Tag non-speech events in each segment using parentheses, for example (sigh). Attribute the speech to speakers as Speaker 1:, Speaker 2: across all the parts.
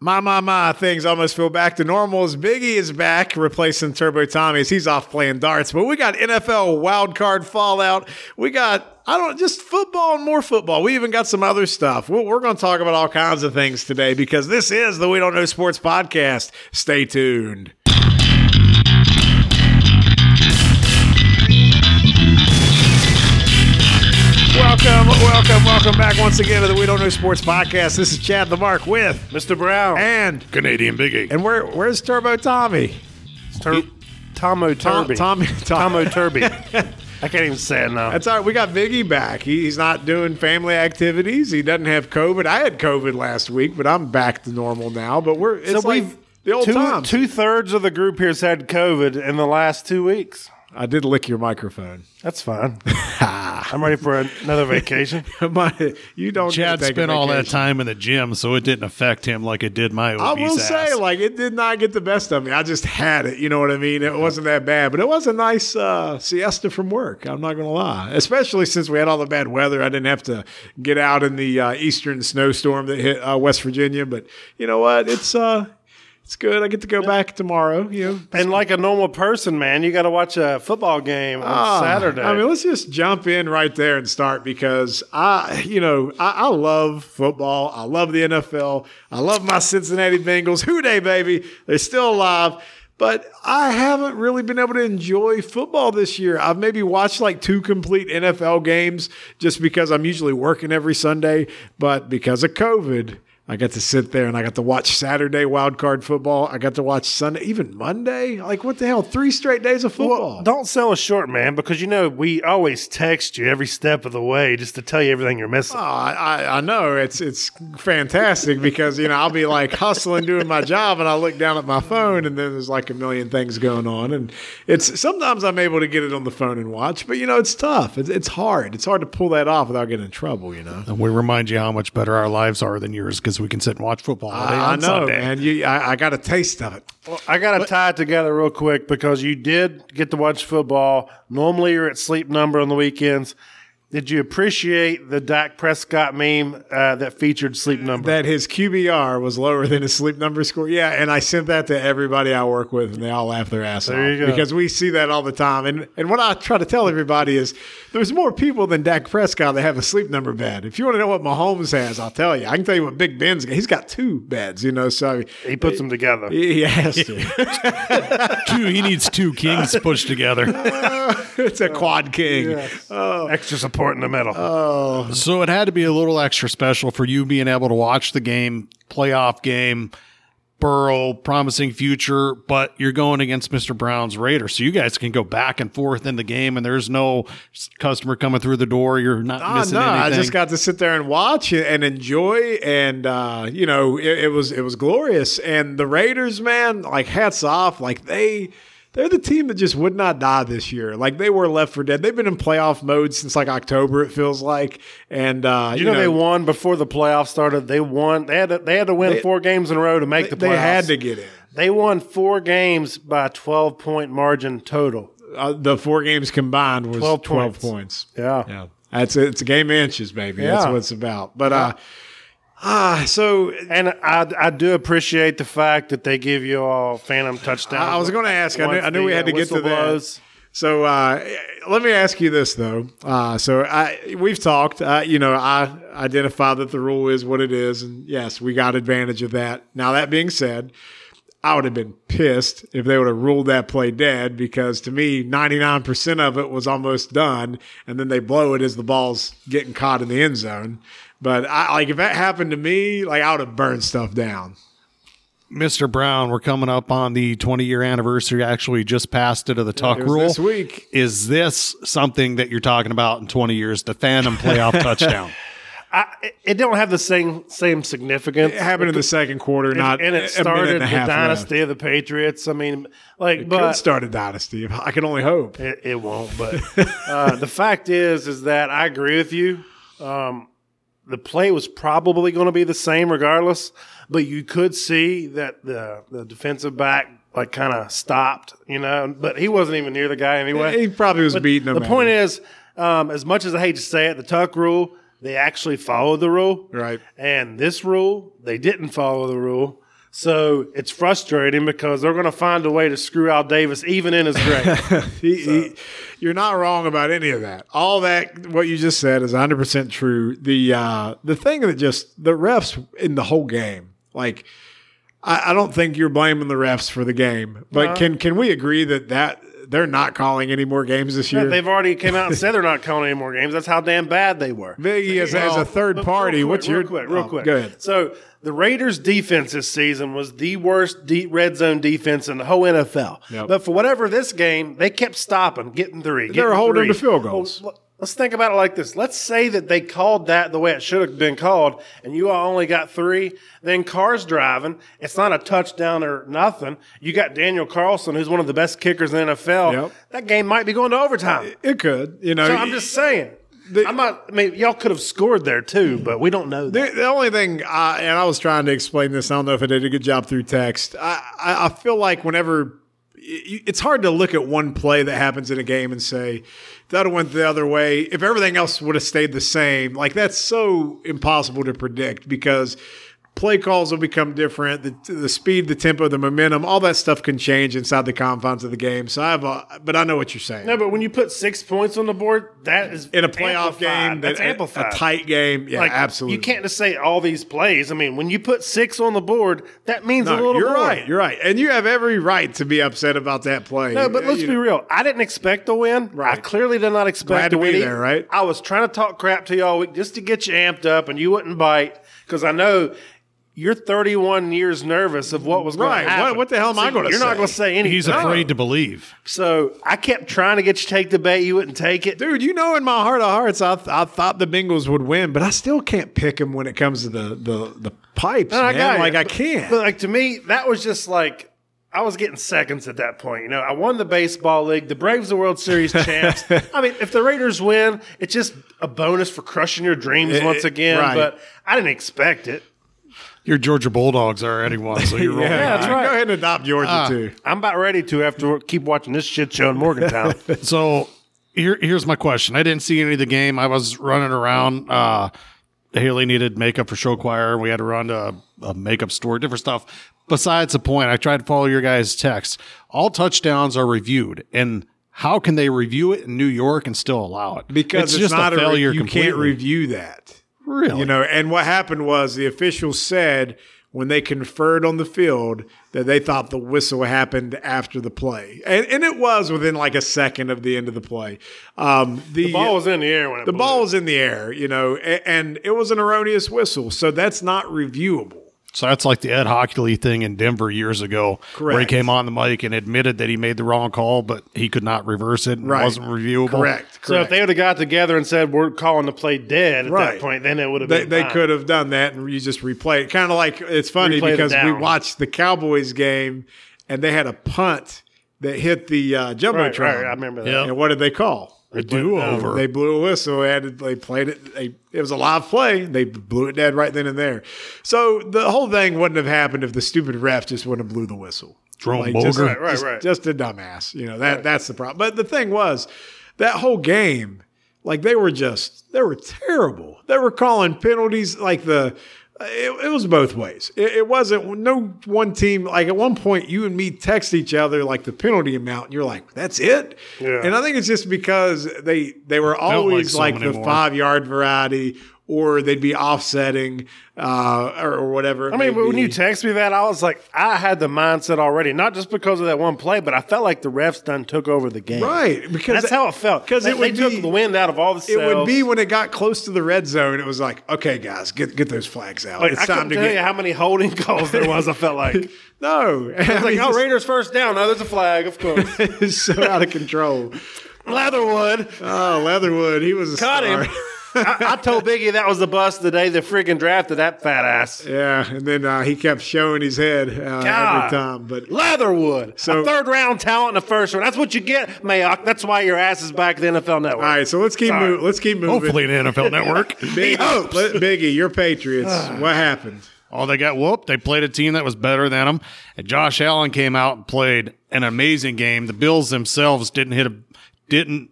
Speaker 1: My, my, my, things almost feel back to normal as Biggie is back replacing Turbo Tommy's. He's off playing darts, but we got NFL wildcard fallout. We got, I don't, just football and more football. We even got some other stuff. We're, we're going to talk about all kinds of things today because this is the We Don't Know Sports podcast. Stay tuned. Welcome, welcome, welcome back once again to the We Don't Know Sports podcast. This is Chad the Mark with
Speaker 2: Mr. Brown.
Speaker 1: and
Speaker 2: Canadian Biggie.
Speaker 1: and where where's Turbo Tommy?
Speaker 2: Tur- Tomo
Speaker 1: Tom-
Speaker 2: Turby.
Speaker 1: Tommy, (laughs)
Speaker 2: Tomo Turby. I can't even say it now.
Speaker 1: That's all right. We got Biggie back. He, he's not doing family activities. He doesn't have COVID. I had COVID last week, but I'm back to normal now. But we're it's like the old
Speaker 2: two,
Speaker 1: times.
Speaker 2: two thirds of the group here's had COVID in the last two weeks.
Speaker 1: I did lick your microphone.
Speaker 3: (laughs)
Speaker 1: (laughs)
Speaker 2: That's fine. I'm ready for another vacation.
Speaker 1: My, you don't.
Speaker 3: (laughs)
Speaker 1: get
Speaker 3: Chad
Speaker 1: to take a
Speaker 3: spent all that
Speaker 1: vacation.
Speaker 3: time in the gym, so it didn't affect him like it did my
Speaker 1: I
Speaker 3: obese
Speaker 1: will
Speaker 3: ass.
Speaker 1: say, like, it did not get the best of me. I just had it. You know what I mean? It wasn't that bad, but it was a nice uh, siesta from work. I'm not going to lie. Especially since we had all the bad weather. I didn't have to get out in the uh, eastern snowstorm that hit uh, West Virginia. But you know what? It's uh, it's good. I get to go back tomorrow. You know,
Speaker 2: And like a normal person, man, you got to watch a football game on
Speaker 1: Ah,
Speaker 2: Saturday.
Speaker 1: I mean, let's just jump in right there and start because I, you know, I, I love football. I love the NFL. I love my Cincinnati Bengals. Hoo day, baby. They're still alive. But I haven't really been able to enjoy football this year. I've maybe watched like two complete NFL games just because I'm usually working every Sunday. But because of COVID, I got to sit there and I got to watch Saturday wild card football. I got to watch Sunday, even Monday. Like, what the hell? Three straight days of football.
Speaker 2: don't sell us short, man, because you know we always text you every step of the way just to tell you everything you're missing.
Speaker 1: Oh, I, I- I know it's it's fantastic because you know I'll be like hustling doing my job and I look down at my phone and then there's like a million things going on and it's sometimes I'm able to get it on the phone and watch but you know it's tough it's, it's hard it's hard to pull that off without getting in trouble you know
Speaker 3: and we remind you how much better our lives are than yours because we can sit and watch football all day
Speaker 1: I, I
Speaker 3: on
Speaker 1: know (laughs)
Speaker 3: Sunday.
Speaker 1: man you I, I got a taste of it
Speaker 2: I got to tie it together real quick because you did get to watch football. Normally, you're at sleep number on the weekends. Did you appreciate the Dak Prescott meme uh, that featured sleep number?
Speaker 1: that his QBR was lower than his sleep number score yeah and I sent that to everybody I work with and they all laugh their ass off
Speaker 2: you go.
Speaker 1: because we see that all the time. And and what I try to tell everybody is there's more people than Dak Prescott that have a sleep number bed. If you want to know what Mahomes has, I'll tell you. I can tell you what Big Ben's got. He's got two beds, you know. So
Speaker 2: he puts them together.
Speaker 1: he, he has to. (laughs)
Speaker 3: two, he needs two kings pushed together.
Speaker 1: it's a quad king.
Speaker 2: Extra support in the middle.
Speaker 3: (laughs)
Speaker 1: Uh,
Speaker 3: So it had to be a little extra special for you being able to watch the game, playoff game, Burrow, promising future, but you're going against Mr. Brown's Raiders. So you guys can go back and forth in the game, and there's no s- customer coming through the door. You're not
Speaker 1: Ah,
Speaker 3: missing
Speaker 1: no, I
Speaker 3: anything.
Speaker 1: just got to sit there and watch it and enjoy, and uh, you know, it, it was it was glorious. And the Raiders, man, like hats off, like they. They're the team that just would not die this year. Like they were left for dead. They've been in playoff mode since like October, it feels like. And uh,
Speaker 2: you know, they won before the playoffs started. They won. They had to, they had to win four games in a row to make the playoffs.
Speaker 1: they had to get in.
Speaker 2: They won four games by a twelve point margin total.
Speaker 1: Uh, the four games combined was 12
Speaker 2: 12
Speaker 1: points.
Speaker 2: points. Yeah.
Speaker 1: Yeah. That's it's a game of inches, baby. That's
Speaker 2: Yeah.
Speaker 1: what it's about. But uh, ah, so
Speaker 2: And I, I do appreciate the fact that they give you all phantom touchdowns.
Speaker 1: I was going to ask. I knew,
Speaker 2: Once
Speaker 1: I knew we
Speaker 2: the,
Speaker 1: had to
Speaker 2: uh,
Speaker 1: get to
Speaker 2: whistle
Speaker 1: those.
Speaker 2: blows.
Speaker 1: So uh, let me ask you this though. Uh, so I we've talked. Uh, you know, I identify that the rule is what it is, and yes, we got advantage of that. Now that being said, I would have been pissed if they would have ruled that play dead because to me, ninety nine percent of it was almost done, and then they blow it as the ball's getting caught in the end zone. But I like if that happened to me, like I would have burned stuff down.
Speaker 3: Mr. Brown, we're coming up on the 20 year anniversary. Actually, just passed it of the Tuck
Speaker 1: It was
Speaker 3: rule.
Speaker 1: this week.
Speaker 3: Is this something that you're talking about in 20 years? The
Speaker 1: (laughs)
Speaker 3: Phantom playoff touchdown.
Speaker 2: I, it- it don't have the same same significance.
Speaker 1: It happened in the second quarter, not
Speaker 2: and
Speaker 1: a
Speaker 2: it
Speaker 1: minute
Speaker 2: started
Speaker 1: and a
Speaker 2: the
Speaker 1: half left.
Speaker 2: dynasty of the Patriots. I mean, like,
Speaker 1: could
Speaker 2: but
Speaker 1: start a dynasty. I can only hope.
Speaker 2: it, it
Speaker 1: (laughs)
Speaker 2: won't. But uh, the fact is, is that I agree with you. Um, the play was probably going to be the same regardless, but you could see that the the defensive back like kind of stopped, you know. But he wasn't even near the guy anyway.
Speaker 1: He probably was beating him.
Speaker 2: the point is, um, as much as I hate to say it, the Tuck rule they actually followed the rule,
Speaker 1: Right.
Speaker 2: And this rule they didn't follow the rule. So it's frustrating because they're going to find a way to screw Al Davis even in his grave.
Speaker 1: He, he, you're not wrong about any of that. All that what you just said is 100 percent true. The uh, the thing that just the refs in the whole game, like I, I don't think you're blaming the refs for the game, but can can we agree that that they're not calling any more games this year?
Speaker 2: They've already came out
Speaker 1: (laughs)
Speaker 2: and said they're not calling any more games. That's how damn bad they were.
Speaker 1: Biggie as, as a
Speaker 2: Well,
Speaker 1: third
Speaker 2: but
Speaker 1: party.
Speaker 2: real quick,
Speaker 1: What's your
Speaker 2: real quick? Real
Speaker 1: oh,
Speaker 2: quick.
Speaker 1: Go ahead.
Speaker 2: So the Raiders' defense this season was the worst de- red zone defense in the whole NFL.
Speaker 1: Yep.
Speaker 2: But for whatever this game, they kept stopping, getting three. They
Speaker 1: were holding to field goals.
Speaker 2: Let's think about it like this. Let's say that they called that the way it should have been called, and you all only got three. Then Carr's driving. It's not a touchdown or nothing. You got Daniel Carlson, who's one of the best kickers in the NFL.
Speaker 1: Yep.
Speaker 2: That game might be going to overtime.
Speaker 1: It could, you know.
Speaker 2: So I'm just saying. I'm not. I mean, y'all could have scored there too, but we don't know that.
Speaker 1: The, the only thing, I, and I was trying to explain this, I don't know if I did a good job through text. I, I, I feel like whenever y- it's hard to look at one play that happens in a game and say that went the other way. If everything else would have stayed the same, like that's so impossible to predict because play calls will become different. The, the speed, the tempo, the momentum, all that stuff can change inside the confines of the game. So I have, a, but I know what you're saying.
Speaker 2: No, but when you put six points on the board, that is
Speaker 1: in a playoff
Speaker 2: amplified.
Speaker 1: game,
Speaker 2: That's
Speaker 1: that,
Speaker 2: amplified.
Speaker 1: a, a tight game, yeah,
Speaker 2: Like,
Speaker 1: absolutely.
Speaker 2: You can't just say all these plays. I mean, when you put six on the board, that means
Speaker 1: No,
Speaker 2: a little
Speaker 1: you're
Speaker 2: more.
Speaker 1: right. You're right, and you have every right to be upset about that play.
Speaker 2: No, but let's
Speaker 1: You
Speaker 2: be
Speaker 1: know,
Speaker 2: real. I didn't expect to win. I
Speaker 1: Right.
Speaker 2: clearly did not expect
Speaker 1: Glad to
Speaker 2: win
Speaker 1: be
Speaker 2: either.
Speaker 1: there, right?
Speaker 2: I was trying to talk crap to y'all week just to get you amped up, and you wouldn't bite because I know you're 31 years nervous of what was going
Speaker 1: Right.
Speaker 2: to
Speaker 1: What-
Speaker 2: happen.
Speaker 1: what the hell am I gonna
Speaker 2: You're not
Speaker 1: say?
Speaker 2: going to say anything.
Speaker 3: He's afraid to believe.
Speaker 2: So I kept trying to get you to take the bet. You wouldn't take it.
Speaker 1: dude. You know, in my heart of hearts, I, th- I thought the Bengals would win, but I still can't pick them when it comes to the the the pipes,
Speaker 2: No, I
Speaker 1: man.
Speaker 2: got it.
Speaker 1: like I
Speaker 2: But-
Speaker 1: can't.
Speaker 2: But like to me, that was just like I was getting seconds at that point. You know, I won the baseball league. The Braves are
Speaker 1: (laughs)
Speaker 2: World Series champs. I mean, if the Raiders win, it's just a bonus for crushing your dreams
Speaker 1: It-
Speaker 2: once
Speaker 1: it-
Speaker 2: again.
Speaker 1: Eh, right.
Speaker 2: But I didn't expect it.
Speaker 3: Your Georgia Bulldogs are already one, so
Speaker 1: (laughs)
Speaker 3: you're rolling.
Speaker 1: yeah,
Speaker 2: that's right. Ah.
Speaker 1: Go ahead and adopt Georgia too.
Speaker 2: I'm about ready to after keep watching this shit show
Speaker 1: (laughs)
Speaker 2: in Morgantown.
Speaker 3: So here, here's my question. I didn't see any of the game. I was running around. Uh, Haley needed makeup for show choir. We had to run to a, a makeup store, different stuff. Besides the point, I tried to follow your guys' text. All touchdowns are reviewed, and how can they review it in New York and still allow it?
Speaker 1: Because it's, not a, failure. you can't review that.
Speaker 3: Really?
Speaker 1: You know, and what happened was the officials said when they conferred on the field that they thought the whistle happened after the play, and, and it was within like a second of the end of the play. Um, the,
Speaker 2: ball was in the air when it
Speaker 1: the
Speaker 2: blew.
Speaker 1: ball was in the air, you know, and, and it was an erroneous whistle, so that's not reviewable.
Speaker 3: So that's like the Ed Hockley thing in Denver years ago, where he
Speaker 1: Correct.
Speaker 3: came on the mic and admitted that he made the wrong call, but he could not reverse it and
Speaker 1: Right.
Speaker 3: it wasn't reviewable.
Speaker 1: Correct.
Speaker 2: So if
Speaker 1: correct.
Speaker 2: they would have got together and said we're calling the play dead at that
Speaker 1: Right.
Speaker 2: point, then it would have
Speaker 1: they,
Speaker 2: been.
Speaker 1: they
Speaker 2: fine.
Speaker 1: could have done that and you just replay it. Kind of like it's funny
Speaker 2: Replay the
Speaker 1: because we
Speaker 2: down.
Speaker 1: watched the Cowboys game and they had a punt that hit the uh,
Speaker 2: Right,
Speaker 1: jumbotron.
Speaker 2: right, I remember that.
Speaker 3: Yeah.
Speaker 1: And what did they call?
Speaker 3: A do over.
Speaker 1: They blew a whistle. And they played it. They, it was a live play. They blew it dead right then and there. So the whole thing wouldn't have happened if the stupid ref just wouldn't have blew the whistle.
Speaker 3: Jerome
Speaker 1: just,
Speaker 3: Boger. Right,
Speaker 2: right,
Speaker 1: just-
Speaker 2: right.
Speaker 1: just a dumbass. You know that that's the problem. But the thing was, that whole game, like they were just they were terrible. They were calling penalties like the. It, it was both ways. It, it wasn't no one team. Like at one point, you and me text each other like the penalty amount, and you're like, "That's it."
Speaker 2: Yeah.
Speaker 1: And I think it's just because they they were
Speaker 3: like
Speaker 1: always
Speaker 3: so
Speaker 1: like,
Speaker 3: many
Speaker 1: the
Speaker 3: more.
Speaker 1: five yard variety, or they'd be offsetting uh, or, or whatever.
Speaker 2: I mean, when you text me that, I was like, I had the mindset already, not just because of that one play, but I felt like the refs done took over the game.
Speaker 1: right because
Speaker 2: That's how it felt.
Speaker 1: 'Cause
Speaker 2: They-
Speaker 1: it
Speaker 2: they
Speaker 1: would
Speaker 2: took
Speaker 1: be-
Speaker 2: the wind out of all the
Speaker 1: It would be when it got close to the red zone. It was like, okay, guys, get get those flags out. it's
Speaker 2: I
Speaker 1: time
Speaker 2: couldn't
Speaker 1: to
Speaker 2: tell you
Speaker 1: get
Speaker 2: how many holding calls there was. I
Speaker 1: (laughs)
Speaker 2: felt like it's
Speaker 1: no. I
Speaker 2: like,
Speaker 1: mean,
Speaker 2: oh, Raiders first down. Oh, there's a flag, of course.
Speaker 1: (laughs) it's so out of control.
Speaker 2: Leatherwood
Speaker 1: Oh, Leatherwood, he was a
Speaker 2: got
Speaker 1: star. (laughs)
Speaker 2: him. I, (laughs) I told Biggie that was the bust the day they freaking drafted that fat ass.
Speaker 1: Yeah, and then uh, he kept showing his head uh,
Speaker 2: God.
Speaker 1: every time. But
Speaker 2: Leatherwood,
Speaker 1: So-
Speaker 2: a third round talent in the first round. That's what you get, Mayock. That's why your ass is back at the NFL Network.
Speaker 1: all right, so let's keep
Speaker 2: Sorry.
Speaker 1: moving. Let's keep moving.
Speaker 3: Hopefully, an
Speaker 1: (laughs)
Speaker 3: NFL network.
Speaker 1: Biggie, let- Biggie, your Patriots.
Speaker 2: (sighs)
Speaker 1: what happened?
Speaker 3: All Oh, they got whooped. They played a team that was better than them. And Josh Allen came out and played an amazing game. The Bills themselves didn't hit a didn't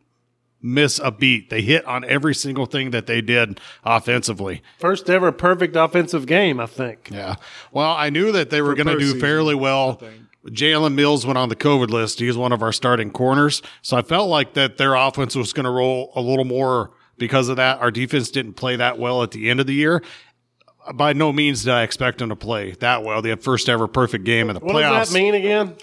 Speaker 3: miss a beat. They hit on every single thing that they did offensively.
Speaker 2: First ever perfect offensive game, I think.
Speaker 3: Yeah. Well, I knew that they were going to do
Speaker 1: postseason,
Speaker 3: fairly well. Jalen Mills went on the COVID list. He's one of our starting corners. So I felt like that their offense was going to roll a little more because of that. Our defense didn't play that well at the end of the year. By no means did I expect them to play that well. They had first ever perfect game in the
Speaker 2: What
Speaker 3: playoffs.
Speaker 2: does that mean again?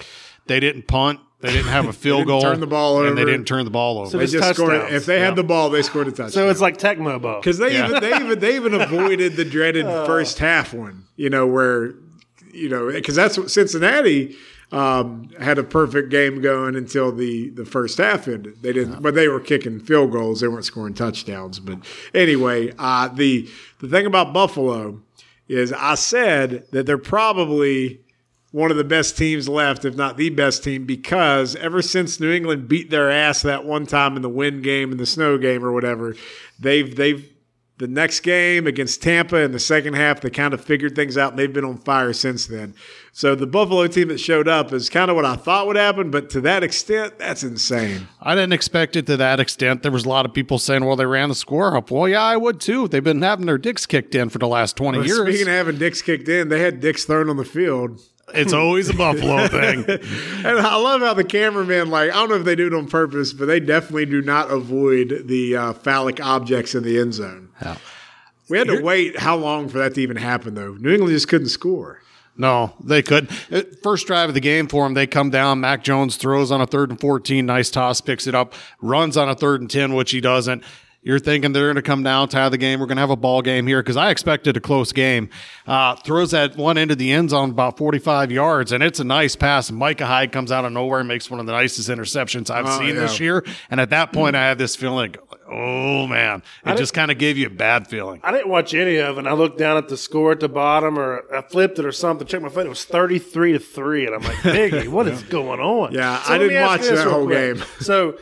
Speaker 3: They didn't punt. They
Speaker 1: (laughs)
Speaker 3: didn't have a field
Speaker 1: didn't
Speaker 3: goal.
Speaker 1: turn the ball
Speaker 3: And they
Speaker 1: over.
Speaker 3: didn't turn the ball over.
Speaker 1: They
Speaker 2: Just
Speaker 1: just scored.
Speaker 2: touchdowns.
Speaker 1: If they had the ball, they scored a touchdown.
Speaker 2: So it's like Tecmo Bowl.
Speaker 1: Because they even they even they even avoided the dreaded first half one. You know where, you know, because that's what Cincinnati um, had a perfect game going until the the first half ended. They didn't, but they were kicking field goals. They weren't scoring touchdowns. But anyway, uh, the the thing about Buffalo is I said that they're probably one of the best teams left, if not the best team, because ever since New England beat their ass that one time in the wind game and the snow game or whatever, they've they've the next game against Tampa in the second half, they kind of figured things out and they've been on fire since then. So the Buffalo team that showed up is kind of what I thought would happen, but to that extent, that's insane.
Speaker 3: I didn't expect it to that extent. There was a lot of people saying, well, they ran the score up. Well, yeah, I would too. They've been having their dicks kicked in for the last 20 years.
Speaker 1: Speaking of having dicks kicked in, they had dicks thrown on the field.
Speaker 3: it's always a Buffalo thing.
Speaker 1: And I love how the cameraman, like, I don't know if they do it on purpose, but they definitely do not avoid the uh, phallic objects in the end zone. We had to wait how long for that to even happen, though. New England just couldn't score.
Speaker 3: No, they couldn't. Uh, First drive of the game for them, they come down. Mac Jones throws on a third and 14. Nice toss, picks it up, runs on a third and 10, which he doesn't. You're thinking they're going to come down, tie the game. We're going to have a ball game here because I expected a close game. Uh, throws that one into the end zone about 45 yards, and it's a nice pass. Micah Hyde comes out of nowhere and makes one of the nicest interceptions I've seen this
Speaker 1: yeah.
Speaker 3: year. And at that point, I had this feeling, oh man, it just kind of gave you a bad feeling.
Speaker 2: I didn't watch any of it. and I looked down at the score at the bottom, or I flipped it or something. Checked my phone; it was thirty-three to three, and
Speaker 1: (laughs)
Speaker 2: I'm like, "Biggie, what is going on?"
Speaker 1: Yeah, I
Speaker 2: let me
Speaker 1: didn't
Speaker 2: ask
Speaker 1: watch
Speaker 2: you this
Speaker 1: that
Speaker 2: real
Speaker 1: whole
Speaker 2: quick.
Speaker 1: game.
Speaker 2: so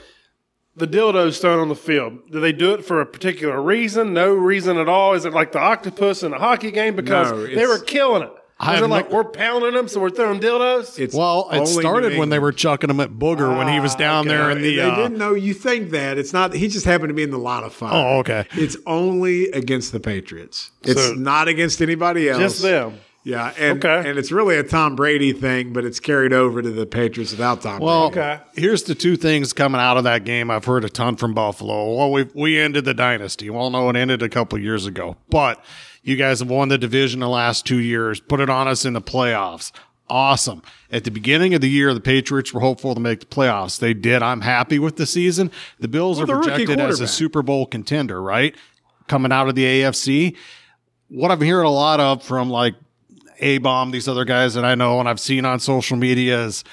Speaker 2: the dildo's thrown on the field. Do they do it for a particular reason? No reason at all. Is it like the octopus in a hockey game because
Speaker 1: No,
Speaker 2: they
Speaker 1: it's-
Speaker 2: were killing it?
Speaker 3: I
Speaker 2: Is
Speaker 3: have
Speaker 2: it like
Speaker 3: no-
Speaker 2: we're pounding them, so we're throwing dildos?
Speaker 1: It's
Speaker 3: Well, it
Speaker 1: only
Speaker 3: started
Speaker 1: New
Speaker 3: when they
Speaker 1: England. Ah,
Speaker 3: were chucking him at Booger when he was down there in the.
Speaker 1: they
Speaker 3: uh,
Speaker 1: didn't know you think that. It's not. He just happened to be in the lot of fire.
Speaker 3: Oh, okay.
Speaker 1: It's only against the Patriots. It's
Speaker 2: So-
Speaker 1: not against anybody else.
Speaker 2: Just them.
Speaker 1: Yeah, and
Speaker 2: Okay.
Speaker 1: and it's really a Tom Brady thing, but it's carried over to the Patriots without Tom.
Speaker 3: Well,
Speaker 1: Brady.
Speaker 2: Okay.
Speaker 3: here's the two things coming out of that game. I've heard a ton from Buffalo. Well, we we ended the dynasty. Well, no, it ended a couple years ago, but you guys have won the division the last two years. Put it on us in the playoffs. Awesome. At the beginning of the year, the Patriots were hopeful to make the playoffs. They did. I'm happy with the season. The Bills
Speaker 1: the
Speaker 3: are
Speaker 1: rookie
Speaker 3: projected as a
Speaker 1: quarterback.
Speaker 3: Super Bowl contender, right? Coming out of the AFC. What I'm hearing a lot of from like A Bomb, these other guys that I know and I've seen on social media is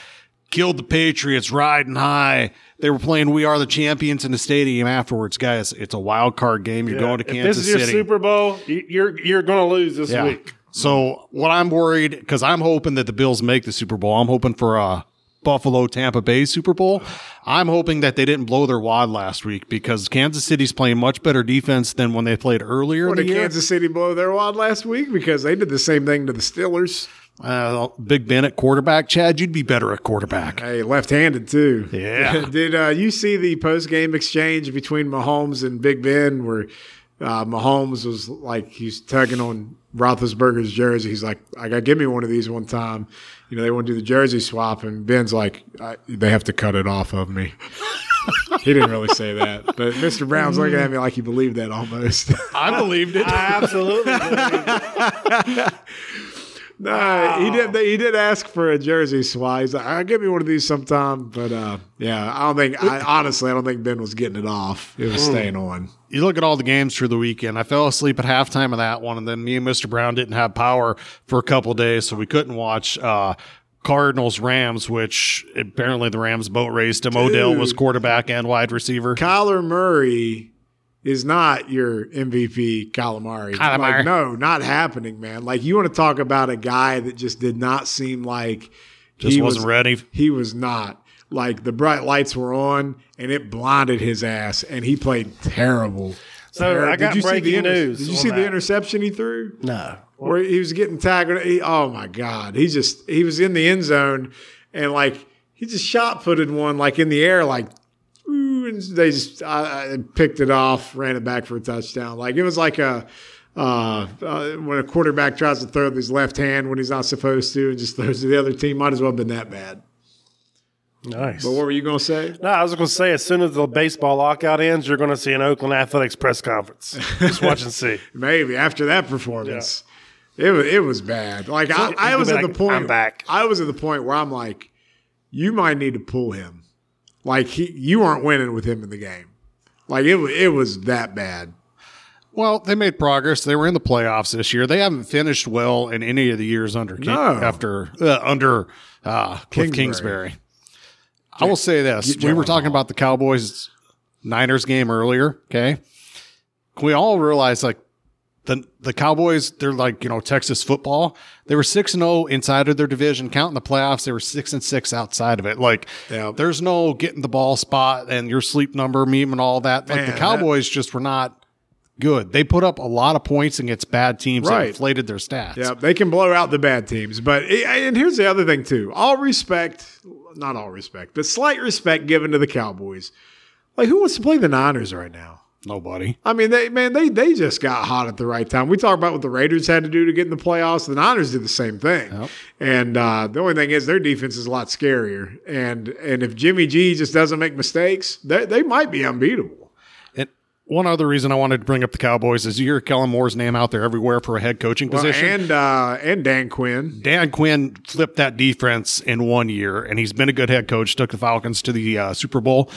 Speaker 3: killed the Patriots riding high. They were playing We Are the Champions in the stadium afterwards. Guys, it's a wild card game. You're going to
Speaker 2: if
Speaker 3: Kansas
Speaker 2: this is your
Speaker 3: City.
Speaker 2: Super Bowl, y- you're you're going to lose this
Speaker 3: Yeah.
Speaker 2: week.
Speaker 3: So what I'm worried because I'm hoping that the Bills make the Super Bowl. I'm hoping for a Buffalo Tampa Bay Super Bowl. I'm hoping that they didn't blow their wad last week because Kansas City's playing much better defense than when they played earlier
Speaker 1: What
Speaker 3: in
Speaker 1: did
Speaker 3: the year.
Speaker 1: Kansas City blow their wad last week? Because they did the same thing to the Steelers.
Speaker 3: Uh, Big Ben at quarterback. Chad, you'd be better at quarterback.
Speaker 1: Hey, left-handed too.
Speaker 3: Yeah.
Speaker 1: (laughs) did uh, you see the post-game exchange between Mahomes and Big Ben, where uh, Mahomes was like he's tugging on Roethlisberger's jersey? He's like, "I got to give me one of these one time." You know, they want to do the jersey swap, and Ben's like, I, "They have to cut it off of me." (laughs) he didn't really say that, but Mr. Brown's looking at me like he believed that almost. (laughs)
Speaker 3: I believed it.
Speaker 2: Absolutely. (laughs)
Speaker 1: No, he did.
Speaker 2: Oh.
Speaker 1: He did ask for a jersey swap. He's like, "I'll give me one of these sometime." But uh, yeah, I don't think. I, honestly, I don't think Ben was getting it off. It was
Speaker 2: Mm.
Speaker 1: staying on.
Speaker 3: you look at all the games through the weekend. I fell asleep at halftime of that one, and then me and Mr. Brown didn't have power for a couple days, so we couldn't watch uh, Cardinals Rams, which apparently the Rams boat raced him. Odell was quarterback and wide receiver.
Speaker 1: Kyler Murray is not your MVP, Calamari.
Speaker 3: Kyler Murray.
Speaker 1: Like, no, not happening, man. Like you want to talk about a guy that just did not seem like
Speaker 3: Just
Speaker 1: was,
Speaker 3: wasn't ready.
Speaker 1: He was not. Like the bright lights were on, and it blinded his ass, and he played terrible.
Speaker 2: So I
Speaker 1: Terrible.
Speaker 2: got
Speaker 1: did you see the
Speaker 2: breaking
Speaker 1: inter-
Speaker 2: news
Speaker 1: Did you
Speaker 2: on
Speaker 1: see the
Speaker 2: that.
Speaker 1: interception he threw?
Speaker 2: no.
Speaker 1: where he was getting tackled. He, oh my god, he just he was in the end zone and like he just shot footed one like in the air like ooh, and and they just I, I picked it off, ran it back for a touchdown. Like it was like a uh, uh, when a quarterback tries to throw with his left hand when he's not supposed to, and just throws to the other team. Might as well have been that bad.
Speaker 2: Nice.
Speaker 1: But what were you going to say?
Speaker 2: No, I was going to say, as soon as the baseball lockout ends, you're going to see an Oakland Athletics press conference. Just watch and
Speaker 3: (laughs)
Speaker 2: see.
Speaker 1: Maybe after that performance, it was it was bad. Like I, I
Speaker 2: You'll
Speaker 1: was
Speaker 2: be
Speaker 1: at the
Speaker 2: like,
Speaker 1: point.
Speaker 2: "I'm back."
Speaker 1: I was at the point where I'm like, you might need to pull him. Like he, you aren't winning with him in the game. Like it, wa- it was that bad.
Speaker 3: Well, they made progress. They were in the playoffs this year. They haven't finished well in any of the years under King,
Speaker 1: No.
Speaker 3: after uh, under uh, Cliff
Speaker 1: Kingsbury.
Speaker 3: Kingsbury. I will say this: we were talking about the Cowboys Niners game earlier. Okay, we all realize like the the Cowboys they're like you know Texas football. They were six and zero inside of their division. Counting the playoffs, they were six and six outside of it. Like
Speaker 1: Yeah.
Speaker 3: there's no getting the ball spot and your sleep number meme and all that. Like
Speaker 1: Man,
Speaker 3: the
Speaker 1: that-
Speaker 3: Cowboys just were not good. They put up a lot of points against bad teams
Speaker 1: Right.
Speaker 3: that inflated their stats.
Speaker 1: Yeah, they can blow out the bad teams. But and here's the other thing too. All respect, not all respect, but slight respect given to the Cowboys. Like who wants to play the Niners right now?
Speaker 3: Nobody.
Speaker 1: I mean, they man, they they just got hot at the right time. We talk about what the Raiders had to do to get in the playoffs. The Niners did the same thing, and uh, the only thing is their defense is a lot scarier. And and if Jimmy G just doesn't make mistakes, they they might be unbeatable.
Speaker 3: And one other reason I wanted to bring up the Cowboys is you hear Kellen Moore's name out there everywhere for a head coaching position.
Speaker 1: And uh, and Dan Quinn,
Speaker 3: Dan Quinn flipped that defense in one year, and he's been a good head coach. Took the Falcons to the uh, Super Bowl.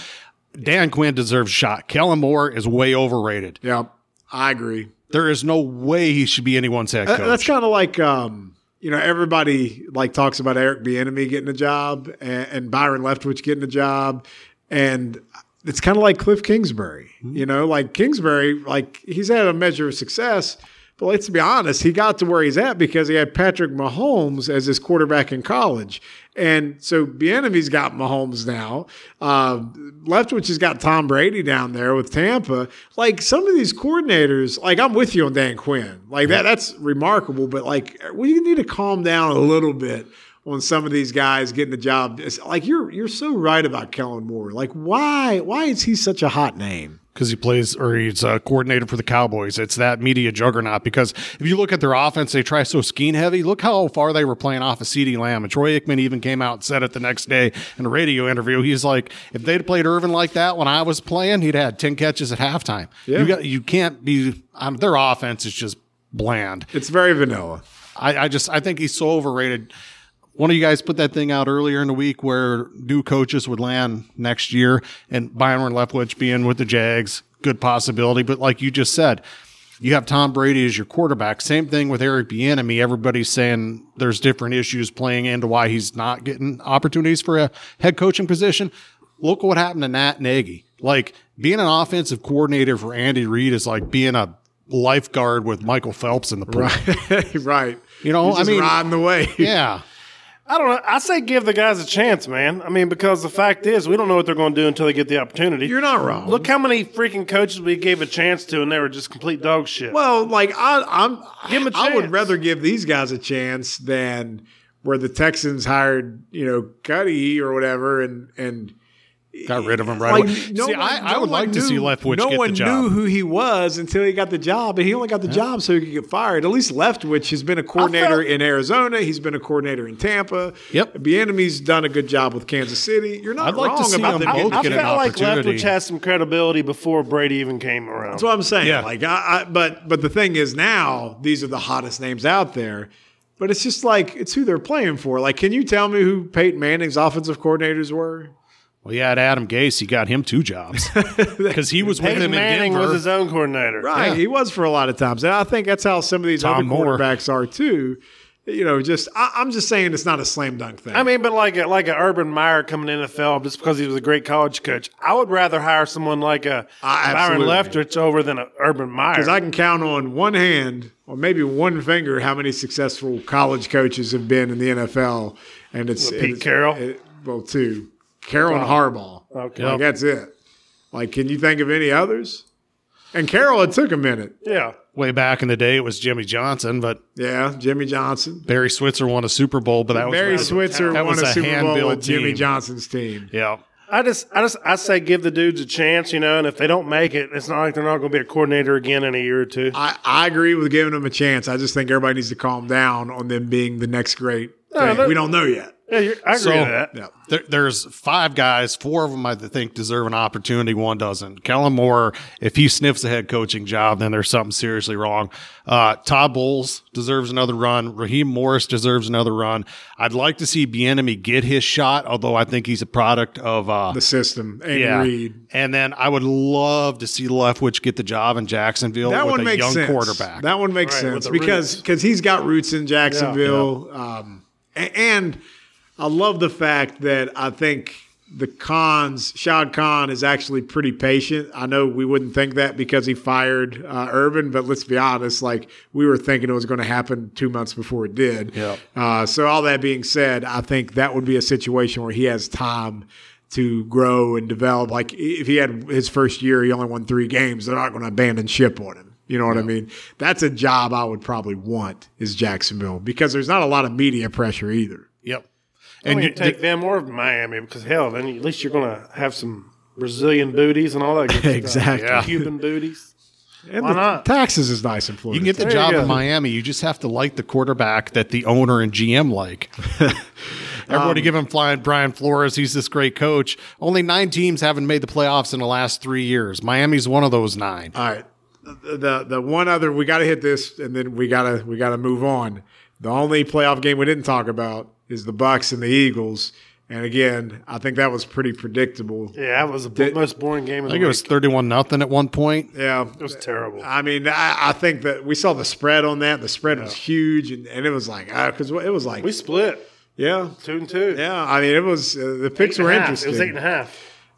Speaker 3: Dan Quinn deserves a shot. Kellen Moore is way overrated.
Speaker 1: yeah, I agree.
Speaker 3: There is no way he should be anyone's head coach.
Speaker 1: Uh, That's kind of like um, you know everybody like talks about Eric Bieniemy getting a job and, and Byron Leftwich getting a job, and it's kind of like Cliff Kingsbury. You know, like Kingsbury, like he's had a measure of success. But let's be honest, he got to where he's at because he had Patrick Mahomes as his quarterback in college. And so Bienemy's got Mahomes now. Uh, Leftwich has got Tom Brady down there with Tampa. Like some of these coordinators, like I'm with you on Dan Quinn. Like that, that's remarkable. But like we need to calm down a little bit on some of these guys getting the job. It's like you're you're so right about Kellen Moore. Like why why is he such a hot name?
Speaker 3: because he plays or he's a coordinator for the Cowboys. It's that media juggernaut. Because if you look at their offense, they try so scheme heavy. Look how far they were playing off of CeeDee Lamb. And Troy Aikman even came out and said it the next day in a radio interview. He's like, if they'd played Irvin like that when I was playing, he'd had 10 catches at halftime.
Speaker 1: Yeah.
Speaker 3: You, got, you can't be, um, their offense is just bland.
Speaker 1: It's very vanilla.
Speaker 3: I, I just I think he's so overrated. One of you guys put that thing out earlier in the week where new coaches would land next year, and Byron Leftwich being with the Jags, good possibility. But like you just said, you have Tom Brady as your quarterback. Same thing with Eric Bieniemy. Everybody's saying there's different issues playing into why he's not getting opportunities for a head coaching position. Look what happened to Nat Nagy. Like being an offensive coordinator for Andy Reid is like being a lifeguard with Michael Phelps in the pool.
Speaker 1: (laughs) right.
Speaker 3: You know,
Speaker 1: You're
Speaker 3: I
Speaker 1: just
Speaker 3: mean-
Speaker 1: riding the wave.
Speaker 3: Yeah.
Speaker 2: I don't know. I say give the guys a chance, man. I mean, because the fact is, we don't know what they're going to do until they get the opportunity.
Speaker 1: You're not wrong.
Speaker 2: Look how many freaking coaches we gave a chance to, and they were just complete dog shit.
Speaker 1: Well, like I, I'm,
Speaker 2: Give 'em a
Speaker 1: I would
Speaker 2: chance.
Speaker 1: rather give these guys a chance than where the Texans hired, you know, Cuddy or whatever, and and
Speaker 3: Got rid of him right
Speaker 1: like,
Speaker 3: away.
Speaker 1: no
Speaker 3: see,
Speaker 1: one-
Speaker 3: I, I
Speaker 1: no
Speaker 3: would
Speaker 1: one
Speaker 3: like to see
Speaker 1: knew-
Speaker 3: Leftwich
Speaker 1: No
Speaker 3: get
Speaker 1: one
Speaker 3: the job.
Speaker 1: knew who he was until he got the job, and he only got the job so he could get fired. At least Leftwich has been a coordinator in Arizona. He's been a coordinator in Tampa.
Speaker 3: Yep.
Speaker 1: Bienemy's done a good job with Kansas City. You're not
Speaker 3: I'd like to
Speaker 1: wrong
Speaker 3: see
Speaker 1: about
Speaker 3: them
Speaker 1: them getting
Speaker 3: both
Speaker 2: I
Speaker 3: get an
Speaker 2: felt like
Speaker 3: opportunity.
Speaker 2: Leftwich had some credibility before Brady even came around.
Speaker 1: That's what I'm saying.
Speaker 3: Yeah.
Speaker 1: Like, I, I, but but the thing is now these are the hottest names out there. But it's just like it's who they're playing for. Like, can you tell me who Peyton Manning's offensive coordinators were?
Speaker 3: well, yeah, had Adam Gase, he got him two
Speaker 1: (laughs)
Speaker 3: jobs because he was with
Speaker 2: Peyton
Speaker 3: him in
Speaker 2: Manning
Speaker 3: Denver.
Speaker 2: was his own coordinator.
Speaker 1: Right,
Speaker 3: Yeah.
Speaker 1: he was for a lot of times, and I think that's how some of these
Speaker 3: Tom
Speaker 1: other
Speaker 3: Moore.
Speaker 1: quarterbacks are too. You know, just I, I'm just saying it's not a slam dunk thing.
Speaker 2: I mean, but like a, like a Urban Meyer coming in the NFL just because he was a great college coach. I would rather hire someone like a
Speaker 1: I-
Speaker 2: Byron
Speaker 1: absolutely.
Speaker 2: Leftwich over than a Urban Meyer.
Speaker 1: because I can count on one hand or maybe one finger how many successful college coaches have been in the NFL, and it's
Speaker 2: Pete
Speaker 1: it's-
Speaker 2: Carroll?
Speaker 1: it- well, two, Carroll and Harbaugh.
Speaker 2: Okay.
Speaker 1: like that's it. Like, can you think of any others? And Carroll, it took a minute.
Speaker 2: yeah.
Speaker 3: Way back in the day, it was Jimmy Johnson, but
Speaker 1: Yeah, Jimmy Johnson,
Speaker 3: Barry Switzer won a Super Bowl, but that was
Speaker 1: Barry
Speaker 3: around-
Speaker 1: Switzer
Speaker 3: that
Speaker 1: won
Speaker 3: was
Speaker 1: a Super Bowl
Speaker 3: hand-built
Speaker 1: with Jimmy
Speaker 3: team.
Speaker 1: Johnson's team.
Speaker 3: Yeah.
Speaker 2: I just, I just, I say give the dudes a chance, you know. And if they don't make it, it's not like they're not going to be a coordinator again in a year or two.
Speaker 1: I, I agree with giving them a chance. I just think everybody needs to calm down on them being the next great
Speaker 2: No,
Speaker 1: thing.
Speaker 2: they're-
Speaker 1: we don't know yet.
Speaker 2: Yeah, you're, I agree
Speaker 3: So-
Speaker 2: with that.
Speaker 1: Yeah.
Speaker 3: There, there's five guys, four of them I think deserve an opportunity, one doesn't. Kellen Moore, if he sniffs a head coaching job, then there's something seriously wrong. Uh, Todd Bowles deserves another run. Raheem Morris deserves another run. I'd like to see Bienemy get his shot, although I think he's a product of uh,
Speaker 1: The system, Andy
Speaker 3: yeah.
Speaker 1: Reid.
Speaker 3: And then I would love to see Leftwich get the job in Jacksonville
Speaker 1: That
Speaker 3: with
Speaker 1: one
Speaker 3: a
Speaker 1: makes
Speaker 3: young
Speaker 1: sense.
Speaker 3: quarterback.
Speaker 1: That one makes
Speaker 2: Right, with
Speaker 1: sense
Speaker 2: the
Speaker 1: because
Speaker 2: roots.
Speaker 1: because he's got roots in Jacksonville, Um, a- and I love the fact that I think the cons Shad Khan is actually pretty patient. I know we wouldn't think that because he fired uh, Urban, but let's be honest, like we were thinking it was going to happen two months before it did.
Speaker 3: Yeah.
Speaker 1: Uh, so all that being said, I think that would be a situation where he has time to grow and develop. Like i- if he had his first year, he only won three games. They're not going to abandon ship on him. You know what I mean? That's a job I would probably want is Jacksonville because there's not a lot of media pressure either.
Speaker 3: yep.
Speaker 2: And
Speaker 3: And
Speaker 2: you
Speaker 3: you-
Speaker 2: take them or Miami because hell, then at least you're going to have some Brazilian booties and all that. Good stuff.
Speaker 1: Exactly. Yeah.
Speaker 2: Cuban booties.
Speaker 1: And
Speaker 2: Why
Speaker 1: the
Speaker 2: not?
Speaker 1: taxes is nice in Florida.
Speaker 3: You can get the
Speaker 2: There you
Speaker 3: job
Speaker 2: go.
Speaker 3: in Miami. You just have to like the quarterback that the owner and
Speaker 1: (laughs)
Speaker 3: GM like.
Speaker 1: Um,
Speaker 3: Everybody give him flying Brian Flores. He's this great coach. Only nine teams haven't made the playoffs in the last three years. Miami's one of those nine.
Speaker 1: All right. The, the the one other we got to hit this, and then we gotta we gotta move on. The only playoff game we didn't talk about is the Bucks and the Eagles. And again, I think that was pretty predictable.
Speaker 2: Yeah, that was the bo- most boring game of
Speaker 3: I
Speaker 2: the
Speaker 3: think it
Speaker 2: week.
Speaker 3: was thirty-one nothing at one point.
Speaker 1: Yeah,
Speaker 2: It was terrible.
Speaker 1: I mean, I, I think that we saw the spread on that. The spread was huge, and, and it was like because it was like
Speaker 2: We split
Speaker 1: yeah,
Speaker 2: two and two.
Speaker 1: yeah. I mean, it was uh, the picks
Speaker 2: Eight and
Speaker 1: were
Speaker 2: a half.
Speaker 1: interesting.
Speaker 2: It was eight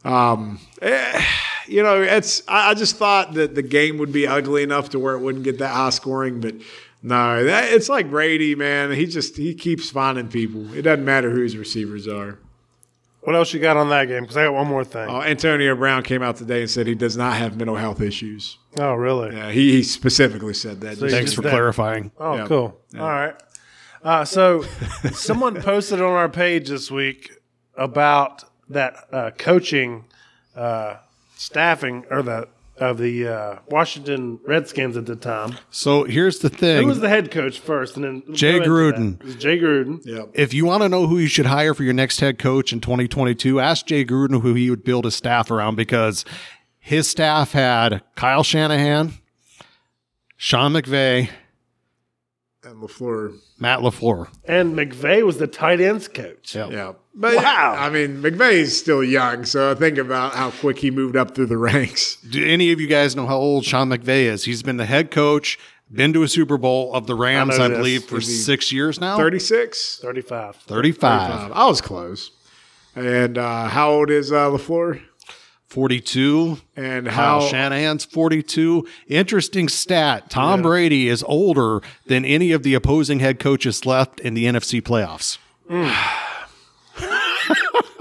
Speaker 2: and a half.
Speaker 1: you know, it's I, I just thought that the game would be ugly enough to where it wouldn't get that high scoring, but no, that, it's like Brady, man. He just he keeps finding people. It doesn't matter who his receivers are.
Speaker 2: What else you got on that game? Because I got one more thing.
Speaker 1: Uh, Antonio Brown came out today and said he does not have mental health issues.
Speaker 2: Oh, really?
Speaker 1: Yeah, he, he specifically said that.
Speaker 2: you-
Speaker 3: Thanks
Speaker 2: just
Speaker 3: for
Speaker 2: that.
Speaker 3: clarifying.
Speaker 2: Oh,
Speaker 1: Yeah.
Speaker 2: cool. All right. Uh, so, (laughs) someone posted on our page this week about that uh, coaching uh, staffing or the of the uh, Washington Redskins at the time.
Speaker 3: So here's the
Speaker 2: Who
Speaker 3: thing:
Speaker 2: was the head coach first, and then
Speaker 3: Jay
Speaker 2: we'll go into
Speaker 3: Gruden.
Speaker 2: that. It was Jay Gruden.
Speaker 1: yeah.
Speaker 3: if you want to know who you should hire for your next head coach in 2022, ask Jay Gruden who he would build his staff around because his staff had Kyle Shanahan, Sean McVay,
Speaker 1: And Lafleur.
Speaker 3: Matt LaFleur.
Speaker 2: And McVay was the tight ends coach.
Speaker 1: Yeah. But
Speaker 2: Wow.
Speaker 1: I mean, McVay's still young, so think about how quick he moved up through the (laughs) ranks.
Speaker 3: Do any of you guys know how old Sean McVay is? He's been the head coach, been to a Super Bowl of the Rams,
Speaker 2: know
Speaker 3: I,
Speaker 2: this.
Speaker 3: believe, for
Speaker 1: Is he
Speaker 3: six years now.
Speaker 1: 36?
Speaker 2: Thirty-five.
Speaker 3: 35,
Speaker 1: Um, I was close. And uh, how old is uh, LaFleur?
Speaker 3: 42.
Speaker 1: And
Speaker 3: Kyle
Speaker 1: how
Speaker 3: Shanahan's 42. Interesting stat. Tom Brady is older than any of the opposing head coaches left in the NFC playoffs.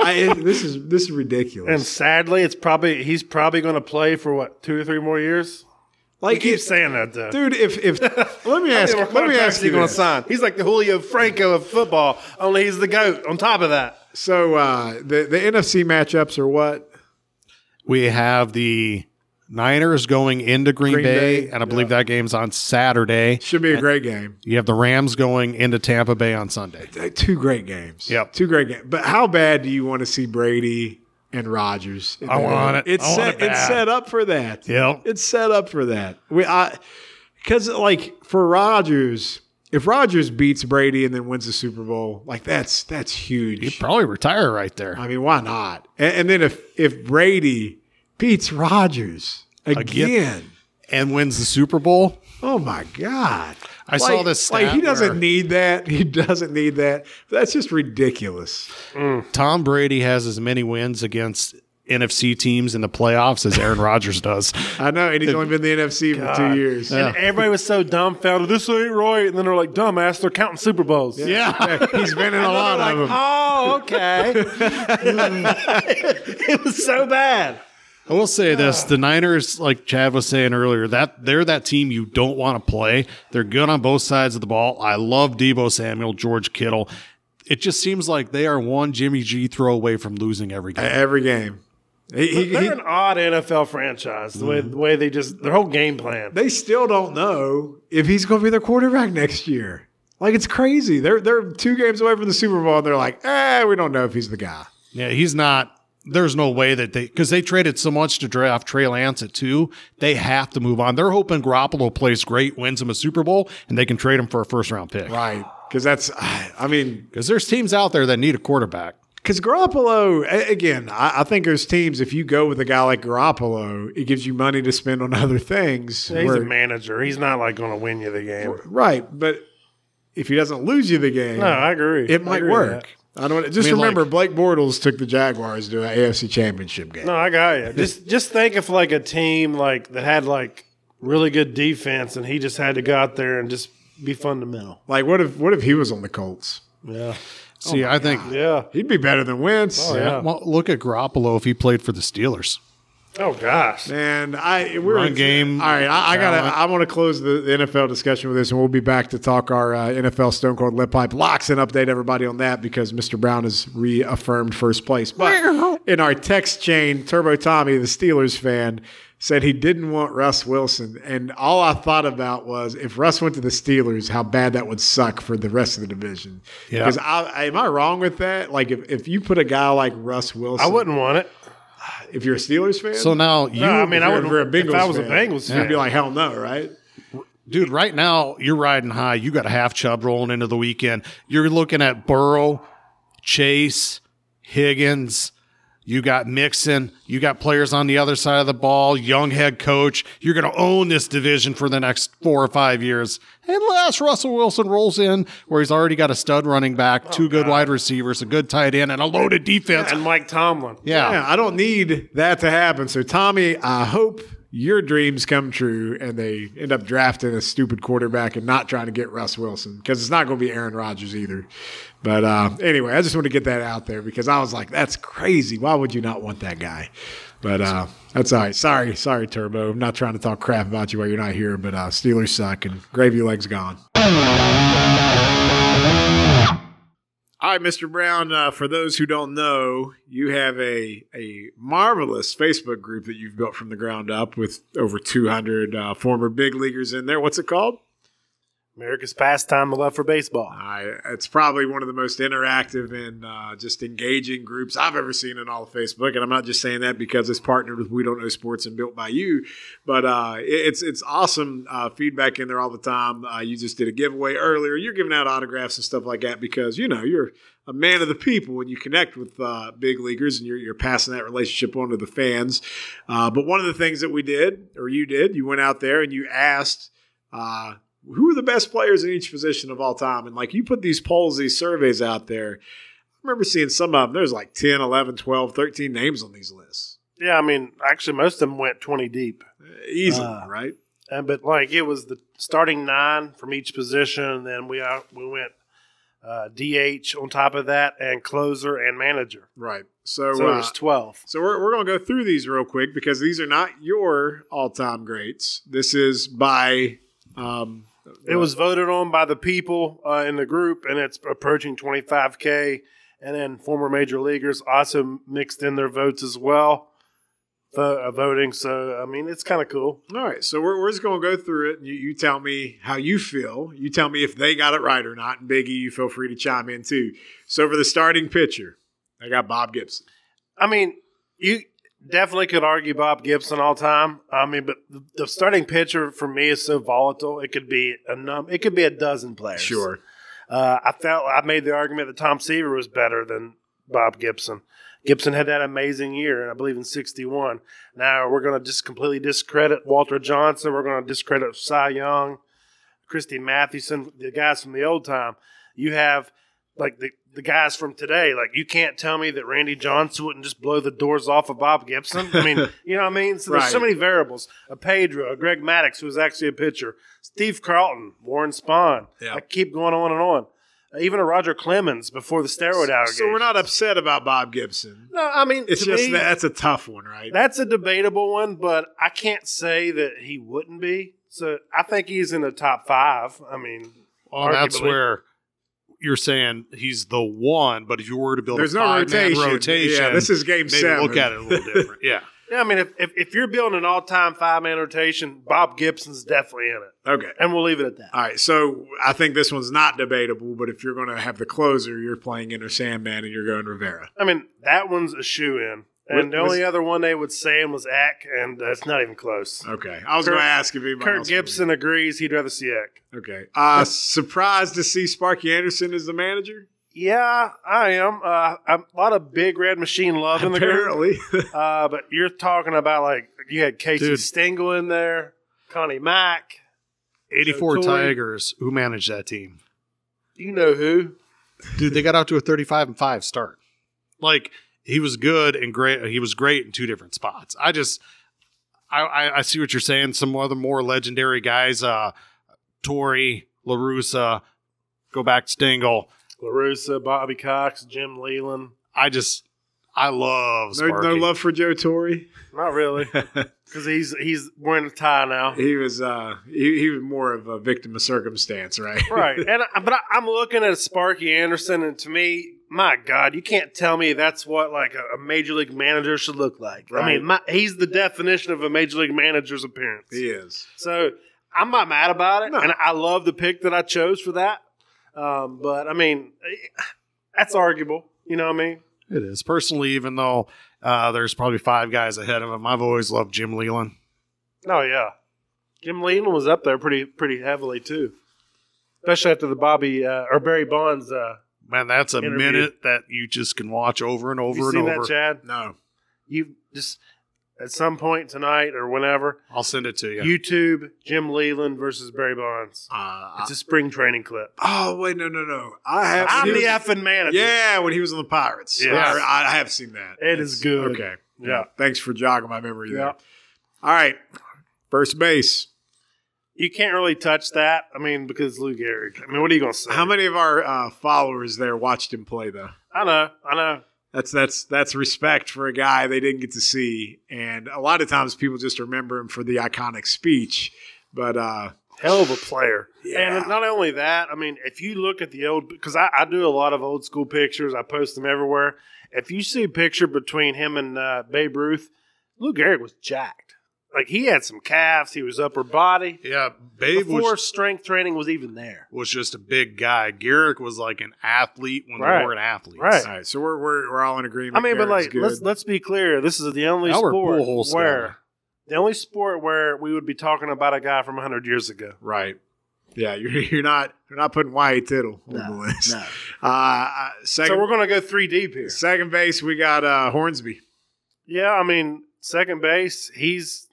Speaker 1: I, this is this is
Speaker 2: And
Speaker 1: ridiculous.
Speaker 2: sadly, it's probably he's probably going to play for what two or three more years.
Speaker 1: Like
Speaker 2: Keep
Speaker 1: if-
Speaker 2: saying that though.
Speaker 1: dude, if
Speaker 2: (laughs)
Speaker 1: if let me ask let me ask you
Speaker 2: going to
Speaker 1: this.
Speaker 2: sign. He's like the Julio Franco of football, only he's the goat. On top of that,
Speaker 1: So uh, the the NFC matchups are what?
Speaker 3: We have the Niners going into Green,
Speaker 1: Green
Speaker 3: Bay,
Speaker 1: Bay,
Speaker 3: and I believe that game's on Saturday.
Speaker 1: Should be a great game.
Speaker 3: You have the Rams going into Tampa Bay on Sunday.
Speaker 1: Uh, Two great games.
Speaker 3: Yep.
Speaker 1: Two great games. But how bad do you want to see Brady and Rodgers? in
Speaker 3: I
Speaker 1: that
Speaker 3: want
Speaker 1: game?
Speaker 3: it.
Speaker 1: It's
Speaker 3: I want
Speaker 1: set.
Speaker 3: it
Speaker 1: it's
Speaker 3: bad.
Speaker 1: set up for that.
Speaker 3: Yep.
Speaker 1: It's set up for that. We I because like for Rodgers, if Rodgers beats Brady and then wins the Super Bowl, like that's that's
Speaker 3: You
Speaker 1: huge.
Speaker 3: probably retire right there.
Speaker 1: I mean, why not? And, and then if if Brady beats Rodgers again,
Speaker 3: and wins the Super Bowl.
Speaker 1: oh my god!
Speaker 3: I saw this
Speaker 1: Like he
Speaker 3: stat
Speaker 1: doesn't
Speaker 3: where-
Speaker 1: need that. He doesn't need that. That's just ridiculous.
Speaker 3: Tom Brady has as many wins against NFC teams in the playoffs as Aaron Rodgers does.
Speaker 1: I know, and he's only been in the NFC for two years.
Speaker 2: and everybody was so dumbfounded. This ain't right. And then they're like, dumbass, they're counting Super Bowls.
Speaker 3: Yeah.
Speaker 1: (laughs) he's been in
Speaker 3: (laughs)
Speaker 1: a
Speaker 2: They're
Speaker 1: lot
Speaker 2: like,
Speaker 1: of them.
Speaker 2: oh, okay. (laughs) it was so bad.
Speaker 3: I will say this: the Niners, like Chad was saying earlier, that they're that team you don't want to play. They're good on both sides of the ball. I love Debo Samuel, George Kittle. it just seems like they are one Jimmy G throw away from losing every game.
Speaker 1: Every game. He- he-
Speaker 2: They're
Speaker 1: he-
Speaker 2: an odd NFL franchise. The
Speaker 3: Mm-hmm.
Speaker 2: way the way they just their whole game plan.
Speaker 1: they still don't know if he's going to be their quarterback next year. Like it's crazy. They're they're two games away from the Super Bowl. and They're like, eh, we don't know if he's the guy.
Speaker 3: Yeah, he's not. There's no way that they because they traded so much to draft Trey Lance at two. They have to move on. They're hoping Garoppolo plays great, wins him a Super Bowl, and they can trade him for a first round pick.
Speaker 1: Right. Because that's, (sighs) I mean,
Speaker 3: Because there's teams out there that need a quarterback.
Speaker 1: Because Garoppolo, a- again, I, I think there's teams. If you go with a guy like Garoppolo, it gives you money to spend on (laughs) other things.
Speaker 2: He's
Speaker 1: where-
Speaker 2: a manager. He's not like going to win you the game.
Speaker 1: right, but if he doesn't lose you the game,
Speaker 2: No, I agree.
Speaker 1: it
Speaker 2: I
Speaker 1: might
Speaker 2: agree with
Speaker 1: work. I don't. Just
Speaker 3: I mean,
Speaker 1: remember,
Speaker 3: like-
Speaker 1: Blake Bortles took the Jaguars to an AFC Championship game.
Speaker 2: that. No, I got you. Just just think if like a team like that had like really good defense, and he just had to go out there and just be fundamental.
Speaker 1: Like, what if what if he was on the Colts?
Speaker 2: Yeah,
Speaker 3: See, I think.
Speaker 2: yeah.
Speaker 1: He'd be better than Wentz.
Speaker 2: Oh, yeah.
Speaker 3: Well, look at Garoppolo if he played for the Steelers.
Speaker 2: Oh gosh.
Speaker 1: And I we're
Speaker 3: Run game,
Speaker 1: All right, I, I
Speaker 3: talent.
Speaker 1: gotta. I want to close the, the NFL discussion with this, and we'll be back to talk our uh, NFL Stone Cold Lead Pipe locks and update everybody on that because Mr. Brown has reaffirmed first place. But in our text chain, Turbo Tommy, the Steelers fan, said he didn't want Russ Wilson, and all I thought about was if Russ went to the Steelers, how bad that would suck for the rest of the division.
Speaker 3: Yeah.
Speaker 1: Because I, am I wrong with that? Like if, if you put a guy like Russ Wilson,
Speaker 2: I wouldn't want it.
Speaker 1: If you're a Steelers fan,
Speaker 3: So now you,
Speaker 2: No, I mean, I
Speaker 1: you're-
Speaker 2: would.
Speaker 1: if you're a Bengals
Speaker 2: If I was a
Speaker 1: fan,
Speaker 2: Bengals
Speaker 1: you'd
Speaker 2: fan,
Speaker 1: be like, hell no, right?
Speaker 3: dude, right now you're riding high. You got a half chub rolling into the weekend. You're looking at Burrow, Chase, Higgins. You got Mixon. You got players on the other side of the ball. Young head coach. You're going to own this division for the next four or five years, unless Russell Wilson rolls in, where he's already got a stud running
Speaker 2: Oh,
Speaker 3: back, two good wide receivers, a good tight end, and a loaded defense.
Speaker 2: and Mike Tomlin.
Speaker 3: Yeah.
Speaker 1: Yeah, I don't need that to happen. So, Tommy, I hope your dreams come true and they end up drafting a stupid quarterback and not trying to get Russ Wilson because it's not going to be Aaron Rodgers either. But uh, anyway, I just want to get that out there because I was like, that's crazy. Why would you not want that guy? But uh, that's all right. Sorry, sorry, Turbo. I'm not trying to talk crap about you while you're not here, but uh, Steelers suck and Gravy Legs gone. All right, Mr. Brown. Uh, for those who don't know, you have a a marvelous Facebook group that you've built from the ground up with over 200 uh, former big leaguers in there. What's it called?
Speaker 2: America's pastime, the love for baseball.
Speaker 1: I, it's probably one of the most interactive and uh, just engaging groups I've ever seen in all of Facebook. And I'm not just saying that because it's partnered with We Don't Know Sports and built by you, but uh, it- it's it's awesome uh, feedback in there all the time. Uh, you just did a giveaway earlier. You're giving out autographs and stuff like that because you know you're a man of the people and you connect with uh, big leaguers and you're, you're passing that relationship on to the fans. Uh, but one of the things that we did, or you did, you went out there and you asked. Uh, who are the best players in each position of all time? And like you put these polls, these surveys out there. I remember seeing some of them. There's like 10, 11, 12, 13 names on these lists.
Speaker 2: Yeah, I mean, actually, most of them went 20 deep.
Speaker 1: Easily,
Speaker 2: Ah.
Speaker 1: right?
Speaker 2: And, but like it was the starting nine from each position, and then we out, we went uh, DH on top of that, and closer and manager.
Speaker 1: Right. So,
Speaker 2: So it
Speaker 1: uh,
Speaker 2: was 12.
Speaker 1: so we're, we're going to go through these real quick because these are not your all time greats. This is by. Um,
Speaker 2: It was voted on by the people uh, in the group, and it's approaching 25K. And then former major leaguers also mixed in their votes as well, vo- uh, voting. So, I mean, it's kind of cool.
Speaker 1: All right, so we're, we're just going to go through it, and you, you tell me how you feel. You tell me if they got it right or not. And Biggie, you feel free to chime in too. So for the starting pitcher, I got Bob Gibson.
Speaker 2: I mean, you definitely could argue Bob Gibson all time. I mean, but the, the starting pitcher for me is so volatile. It could be a num. It could be a dozen players.
Speaker 1: Sure.
Speaker 2: Uh, I felt I made the argument that Tom Seaver was better than Bob Gibson. Gibson had that amazing year, and I believe in '61. Now we're going to just completely discredit Walter Johnson. We're going to discredit Cy Young, Christy Mathewson, the guys from the old time. You have like the, the guys from today. Like you can't tell me that Randy Johnson wouldn't just blow the doors off of Bob Gibson.
Speaker 1: (laughs)
Speaker 2: I mean, you know what I mean? So there's so
Speaker 1: Right.
Speaker 2: many variables. A Pedro, a Greg Maddox, who was actually a pitcher, Steve Carlton, Warren Spahn.
Speaker 1: Yeah.
Speaker 2: I keep going on and on. Uh, Even a Roger Clemens before the steroid allegation.
Speaker 1: So we're not upset about Bob Gibson.
Speaker 2: No, I mean
Speaker 1: It's
Speaker 2: to
Speaker 1: just
Speaker 2: me,
Speaker 1: that that's a tough one, right?
Speaker 2: that's a debatable one, but I can't say that he wouldn't be. So I think he's in the top five. I mean,
Speaker 3: Well, Oh, that's
Speaker 2: Arguably.
Speaker 3: where you're saying he's the one, but if you were to build
Speaker 1: There's
Speaker 3: a
Speaker 1: no
Speaker 3: five-man
Speaker 1: rotation.
Speaker 3: rotation,
Speaker 1: Yeah, this is game
Speaker 3: maybe
Speaker 1: seven.
Speaker 3: Look at it a little
Speaker 1: (laughs)
Speaker 3: different. Yeah,
Speaker 2: Yeah, I mean, if, if, if you're building an all time five man rotation, Bob Gibson's definitely in it.
Speaker 1: Okay.
Speaker 2: And we'll leave it at that.
Speaker 1: All right, so I think this one's not debatable, but if you're going to have the closer, you're playing Inner Sandman and you're going Rivera.
Speaker 2: I mean, that one's a shoe in. And
Speaker 1: Wh-
Speaker 2: the
Speaker 1: was-
Speaker 2: only other one they would say was Ack, and that's not even close.
Speaker 1: Okay, I was
Speaker 2: Kurt-
Speaker 1: going to ask if anybody
Speaker 2: Kurt
Speaker 1: else
Speaker 2: Gibson agrees he'd rather see Ack.
Speaker 1: Okay, uh, surprised to see Sparky Anderson as the manager.
Speaker 2: Yeah, I am. Uh, I'm a lot of big red machine love in the (laughs) group.
Speaker 1: Apparently, (laughs)
Speaker 2: Uh, but you're talking about like you had Casey
Speaker 3: Dude.
Speaker 2: Stengel in there, Connie Mack,
Speaker 3: 84
Speaker 2: Toy-
Speaker 3: Tigers. Who managed that team?
Speaker 2: you know who.
Speaker 3: Dude, they got out to a 35 and five start. Like he was good and great. He was great in two different spots. I just, I, I, I see what you're saying. Some other more legendary guys, uh, Tori Larusa, go back Stingle.
Speaker 2: LaRusa, Bobby Cox, Jim Leland.
Speaker 3: I just, I love
Speaker 1: no,
Speaker 3: Sparky.
Speaker 1: no love for Joe Torre.
Speaker 2: Not really, because he's he's wearing a
Speaker 1: (laughs)
Speaker 2: tie now,
Speaker 1: He was uh, he, he was more of a victim of circumstance, right? (laughs)
Speaker 2: right? And I, but I, I'm looking at Sparky Anderson, and to me, my God, you can't tell me that's what like a, a major league manager should look like. I
Speaker 1: Right.
Speaker 2: mean, my, he's the definition of a major league manager's appearance.
Speaker 1: He is.
Speaker 2: So I'm not mad about it,
Speaker 1: No.
Speaker 2: and I love the pick that I chose for that. Um, but I mean, that's arguable. You know what I mean?
Speaker 3: It is personally, even though uh, there's probably five guys ahead of him. I've always loved Jim Leland.
Speaker 2: Oh yeah, Jim Leland was up there pretty pretty heavily too, especially after the Bobby uh, or Barry Bonds. Uh,
Speaker 3: Man, that's a
Speaker 2: Interview.
Speaker 3: minute that you just can watch over and over
Speaker 2: you
Speaker 3: and
Speaker 2: seen
Speaker 3: over.
Speaker 2: that, Chad?
Speaker 1: No,
Speaker 2: You just at some point tonight or whenever,
Speaker 3: I'll send it to you.
Speaker 2: YouTube Jim Leland versus Barry Bonds.
Speaker 1: uh, I-
Speaker 2: It's a spring training clip.
Speaker 1: oh wait, no, no, no. I have.
Speaker 2: I'm
Speaker 1: he
Speaker 2: the
Speaker 1: was-
Speaker 2: effing manager.
Speaker 1: yeah, when he was on the Pirates.
Speaker 2: Yes.
Speaker 1: I, I have seen that.
Speaker 2: It is
Speaker 1: It's-
Speaker 2: good.
Speaker 1: Okay.
Speaker 2: Yeah.
Speaker 1: Thanks for jogging my memory there.
Speaker 2: Yeah.
Speaker 1: All right. First base.
Speaker 2: You can't really touch that. I mean, because Lou Gehrig. I mean, what are you gonna say?
Speaker 1: How many of our uh, followers there watched him play though?
Speaker 2: I know, I know.
Speaker 1: That's that's that's respect for a guy they didn't get to see, and a lot of times people just remember him for the iconic speech. But uh,
Speaker 2: Hell of a player.
Speaker 1: Yeah.
Speaker 2: And not only that, I mean, if you look at the old, because I, I do a lot of old school pictures, I post them everywhere. If you see a picture between him and uh, Babe Ruth, Lou Gehrig was jacked. Like he had some calves, he was upper body.
Speaker 3: Yeah, Babe
Speaker 2: Before
Speaker 3: was,
Speaker 2: strength training was even there.
Speaker 3: was just a big guy. Garrick was like an athlete when
Speaker 2: Right.
Speaker 3: they weren't athletes.
Speaker 2: Right.
Speaker 1: all right, so we're we're, we're all in agreement.
Speaker 2: I mean, but
Speaker 1: Garrett's
Speaker 2: like,
Speaker 1: good.
Speaker 2: let's let's be clear. This is the only
Speaker 3: Albert
Speaker 2: sport
Speaker 3: Pujols
Speaker 2: where
Speaker 3: guy.
Speaker 2: the only sport where we would be talking about a guy from 100 years ago.
Speaker 1: right. Yeah, you're (laughs) you're not you're not putting Wyatt Tittle on the list. Uh, second
Speaker 2: So we're going to go three deep here.
Speaker 1: second base, we got uh, Hornsby.
Speaker 2: Yeah, I mean, second base, he's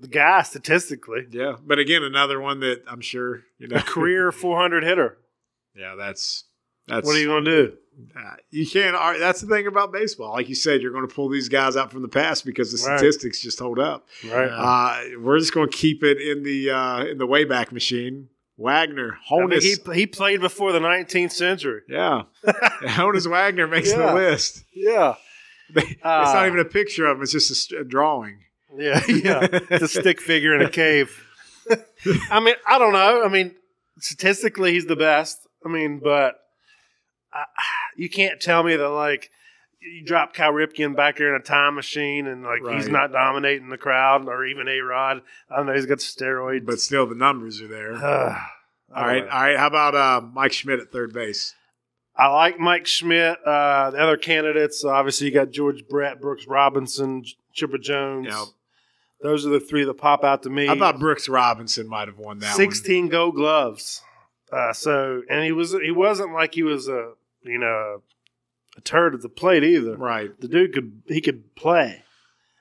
Speaker 2: the
Speaker 1: (laughs)
Speaker 2: guy statistically.
Speaker 1: Yeah, but again, another one that I'm sure you know.
Speaker 2: A career 400 hitter.
Speaker 1: (laughs) yeah, that's that's
Speaker 2: What are you going to do?
Speaker 1: Uh, you can't. ar- That's the thing about baseball. Like you said, you're going to pull these guys out from the past because the
Speaker 2: Right.
Speaker 1: statistics just hold up.
Speaker 2: Right.
Speaker 3: Yeah.
Speaker 1: Uh, we're just going to keep it in the uh, in the wayback machine. Wagner,
Speaker 2: I mean,
Speaker 1: Honus,
Speaker 2: he, he played before the 19th century.
Speaker 1: yeah, (laughs) Honus Wagner makes
Speaker 2: Yeah.
Speaker 1: the list.
Speaker 2: Yeah.
Speaker 1: (laughs) it's it's not even a picture of him; it's just a, st- a drawing.
Speaker 2: Uh, Yeah, (laughs) yeah. it's a stick figure in a cave. I mean, I don't know. I mean, statistically, he's the best. I mean, but I, you can't tell me that, like, you drop Kyle Ripken back there in a time machine and, like, he's
Speaker 1: Right.
Speaker 2: not dominating the crowd or even A Rod. I know he's got steroids.
Speaker 1: (laughs)
Speaker 2: (sighs)
Speaker 1: But still, the numbers are there.
Speaker 2: Ugh.
Speaker 1: all right, all right. How about uh, Mike Schmidt at third base?
Speaker 2: I like Mike Schmidt. Uh, the other candidates, obviously, you got George Brett, Brooks Robinson, J- Chipper Jones.
Speaker 1: Yeah.
Speaker 2: Those are the three that pop out to me.
Speaker 1: I thought Brooks Robinson might have won that. one.
Speaker 2: sixteen Gold Gloves. Uh, so, and he was he wasn't like he was a you know a turd at the plate either.
Speaker 1: Right.
Speaker 2: The dude could he could play.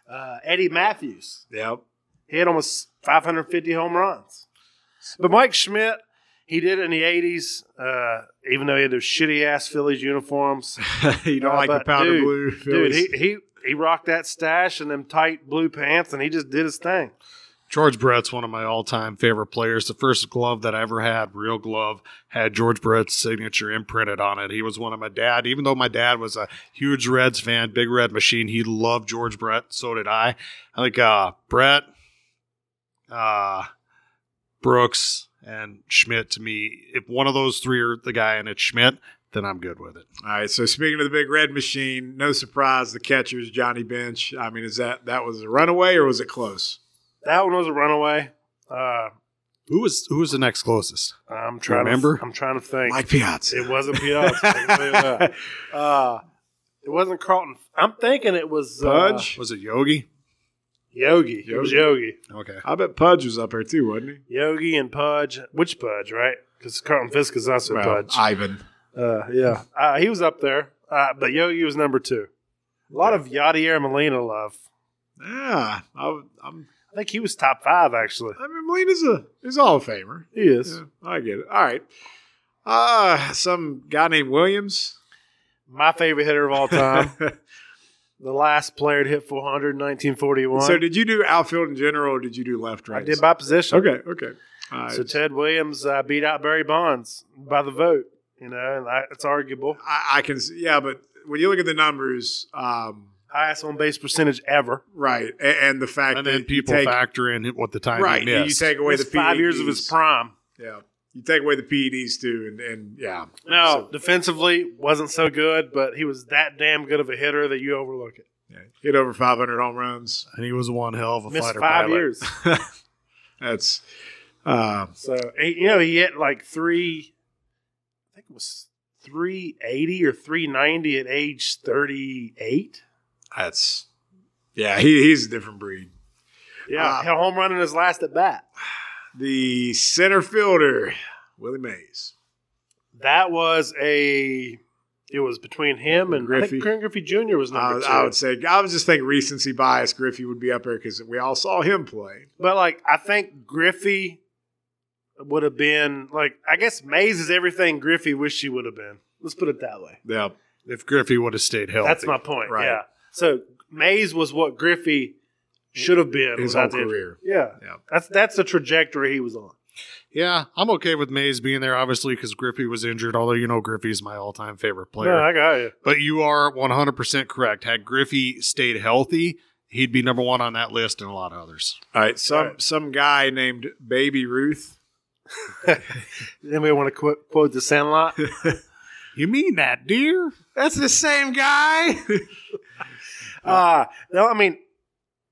Speaker 2: Uh, Eddie Matthews.
Speaker 1: (laughs) Yep.
Speaker 2: He had almost 550 home runs. But Mike Schmidt, he did it in the 80s, uh, even though he had those shitty ass
Speaker 1: (laughs)
Speaker 2: Phillies uniforms.
Speaker 1: you don't
Speaker 2: Uh,
Speaker 1: like the
Speaker 2: but
Speaker 1: powder
Speaker 2: dude,
Speaker 1: blue,
Speaker 2: Dude,
Speaker 1: Phillies.
Speaker 2: he, he, he rocked that stash and them tight blue pants, and he just did his thing.
Speaker 3: George Brett's one of my all-time favorite players. The first glove that I ever had, real glove, had George Brett's signature imprinted on it. He was one of my dad. Even though my dad was a huge Reds fan, big Red machine, he loved George Brett. So did I. I think uh, Brett, uh, Brooks, and Schmidt to me. If one of those three are the guy and it's Schmidt, then I'm good with it.
Speaker 1: All right. So speaking of the big red machine, no surprise the catcher's Johnny Bench. I mean, is that that was a runaway or was it close?
Speaker 2: That one was a runaway. Uh,
Speaker 3: Who was who was the next closest?
Speaker 2: I'm trying.
Speaker 3: Remember?
Speaker 2: To, I'm trying to think.
Speaker 1: Mike Piazza.
Speaker 2: It wasn't Piazza. I can tell
Speaker 1: (laughs)
Speaker 2: you that. uh, it wasn't Carlton. I'm thinking it was uh,
Speaker 1: Pudge.
Speaker 3: Was it Yogi?
Speaker 2: Yogi. It was Yogi.
Speaker 3: Okay.
Speaker 1: I bet Pudge was up there too, wasn't he?
Speaker 2: Yogi and Pudge. Which Pudge, right? Because Carlton Fisk is also
Speaker 1: Well,
Speaker 2: Pudge.
Speaker 1: Ivan.
Speaker 2: uh, yeah. Uh, he was up there, uh, but Yogi was number two. A lot of Yadier Molina love.
Speaker 1: Yeah, I, I'm.
Speaker 2: I think he was top five, actually.
Speaker 1: I mean, Molina's a he's a Hall of Famer.
Speaker 2: He is.
Speaker 1: Yeah, I get it. All right. Uh some guy named Williams.
Speaker 2: My favorite hitter of
Speaker 1: (laughs)
Speaker 2: all time. the last player to hit 400 in 1941.
Speaker 1: so, did you do outfield in general, or did you do left
Speaker 2: I
Speaker 1: right?
Speaker 2: did by position.
Speaker 1: Okay, okay. All right.
Speaker 2: So Ted Williams uh, beat out Barry Bonds by the vote, you know, and I, it's arguable.
Speaker 1: I, I can, s- yeah, but when you look at the numbers, um,
Speaker 2: Highest on base percentage ever.
Speaker 1: right, a- and, the fact
Speaker 3: And
Speaker 1: that
Speaker 3: then people
Speaker 1: you take,
Speaker 3: factor in what the time
Speaker 1: right,
Speaker 3: he
Speaker 1: you
Speaker 3: missed.
Speaker 1: take away
Speaker 2: It's
Speaker 1: the
Speaker 2: five years of his
Speaker 1: PEDs.
Speaker 2: prime.
Speaker 1: Yeah, you take away the PEDs too, and and yeah,
Speaker 2: No, defensively wasn't so good, but he was that damn good of a hitter that you overlook it.
Speaker 1: yeah, hit over 500 home runs.
Speaker 3: and he was one hell of a
Speaker 2: Missed
Speaker 3: fighter
Speaker 2: five
Speaker 3: pilot.
Speaker 2: years.
Speaker 1: That's uh,
Speaker 2: So he- you know he hit like three, I think it was three eighty or three ninety at age thirty eight.
Speaker 1: that's yeah, he, he's a different breed.
Speaker 2: Yeah,
Speaker 1: Ah.
Speaker 2: hit a home run in his last at bat.
Speaker 1: The center fielder, Willie Mays.
Speaker 2: That was a. It was between him and I
Speaker 1: Griffey.
Speaker 2: think Ken Griffey Jr. was
Speaker 1: I,
Speaker 2: number two.
Speaker 1: I would say I was just thinking recency bias. Griffey would be up there because we all saw him play.
Speaker 2: But like I think Griffey would have been like I guess Mays is everything Griffey wished he would have been. Let's put it that way.
Speaker 1: Yeah,
Speaker 3: If Griffey would have stayed healthy,
Speaker 2: That's my point.
Speaker 1: Right.
Speaker 2: Yeah. So Mays was what Griffey should have been
Speaker 1: his whole
Speaker 2: without the-
Speaker 1: career.
Speaker 2: Yeah.
Speaker 1: Yeah.
Speaker 2: That's that's the trajectory he was on.
Speaker 3: Yeah, I'm okay with Mays being there, obviously, because Griffey was injured. Although you know Griffey's my all-time favorite player.
Speaker 2: No, I got you.
Speaker 3: But you are 100% correct. Had Griffey stayed healthy, he'd be number one on that list and a lot of others.
Speaker 1: All right, some
Speaker 2: All right.
Speaker 1: some guy named Baby Ruth.
Speaker 2: Then we want to quote, quote the Sandlot.
Speaker 3: You mean that, dear?
Speaker 1: That's the same guy. (laughs)
Speaker 2: uh, no, I mean,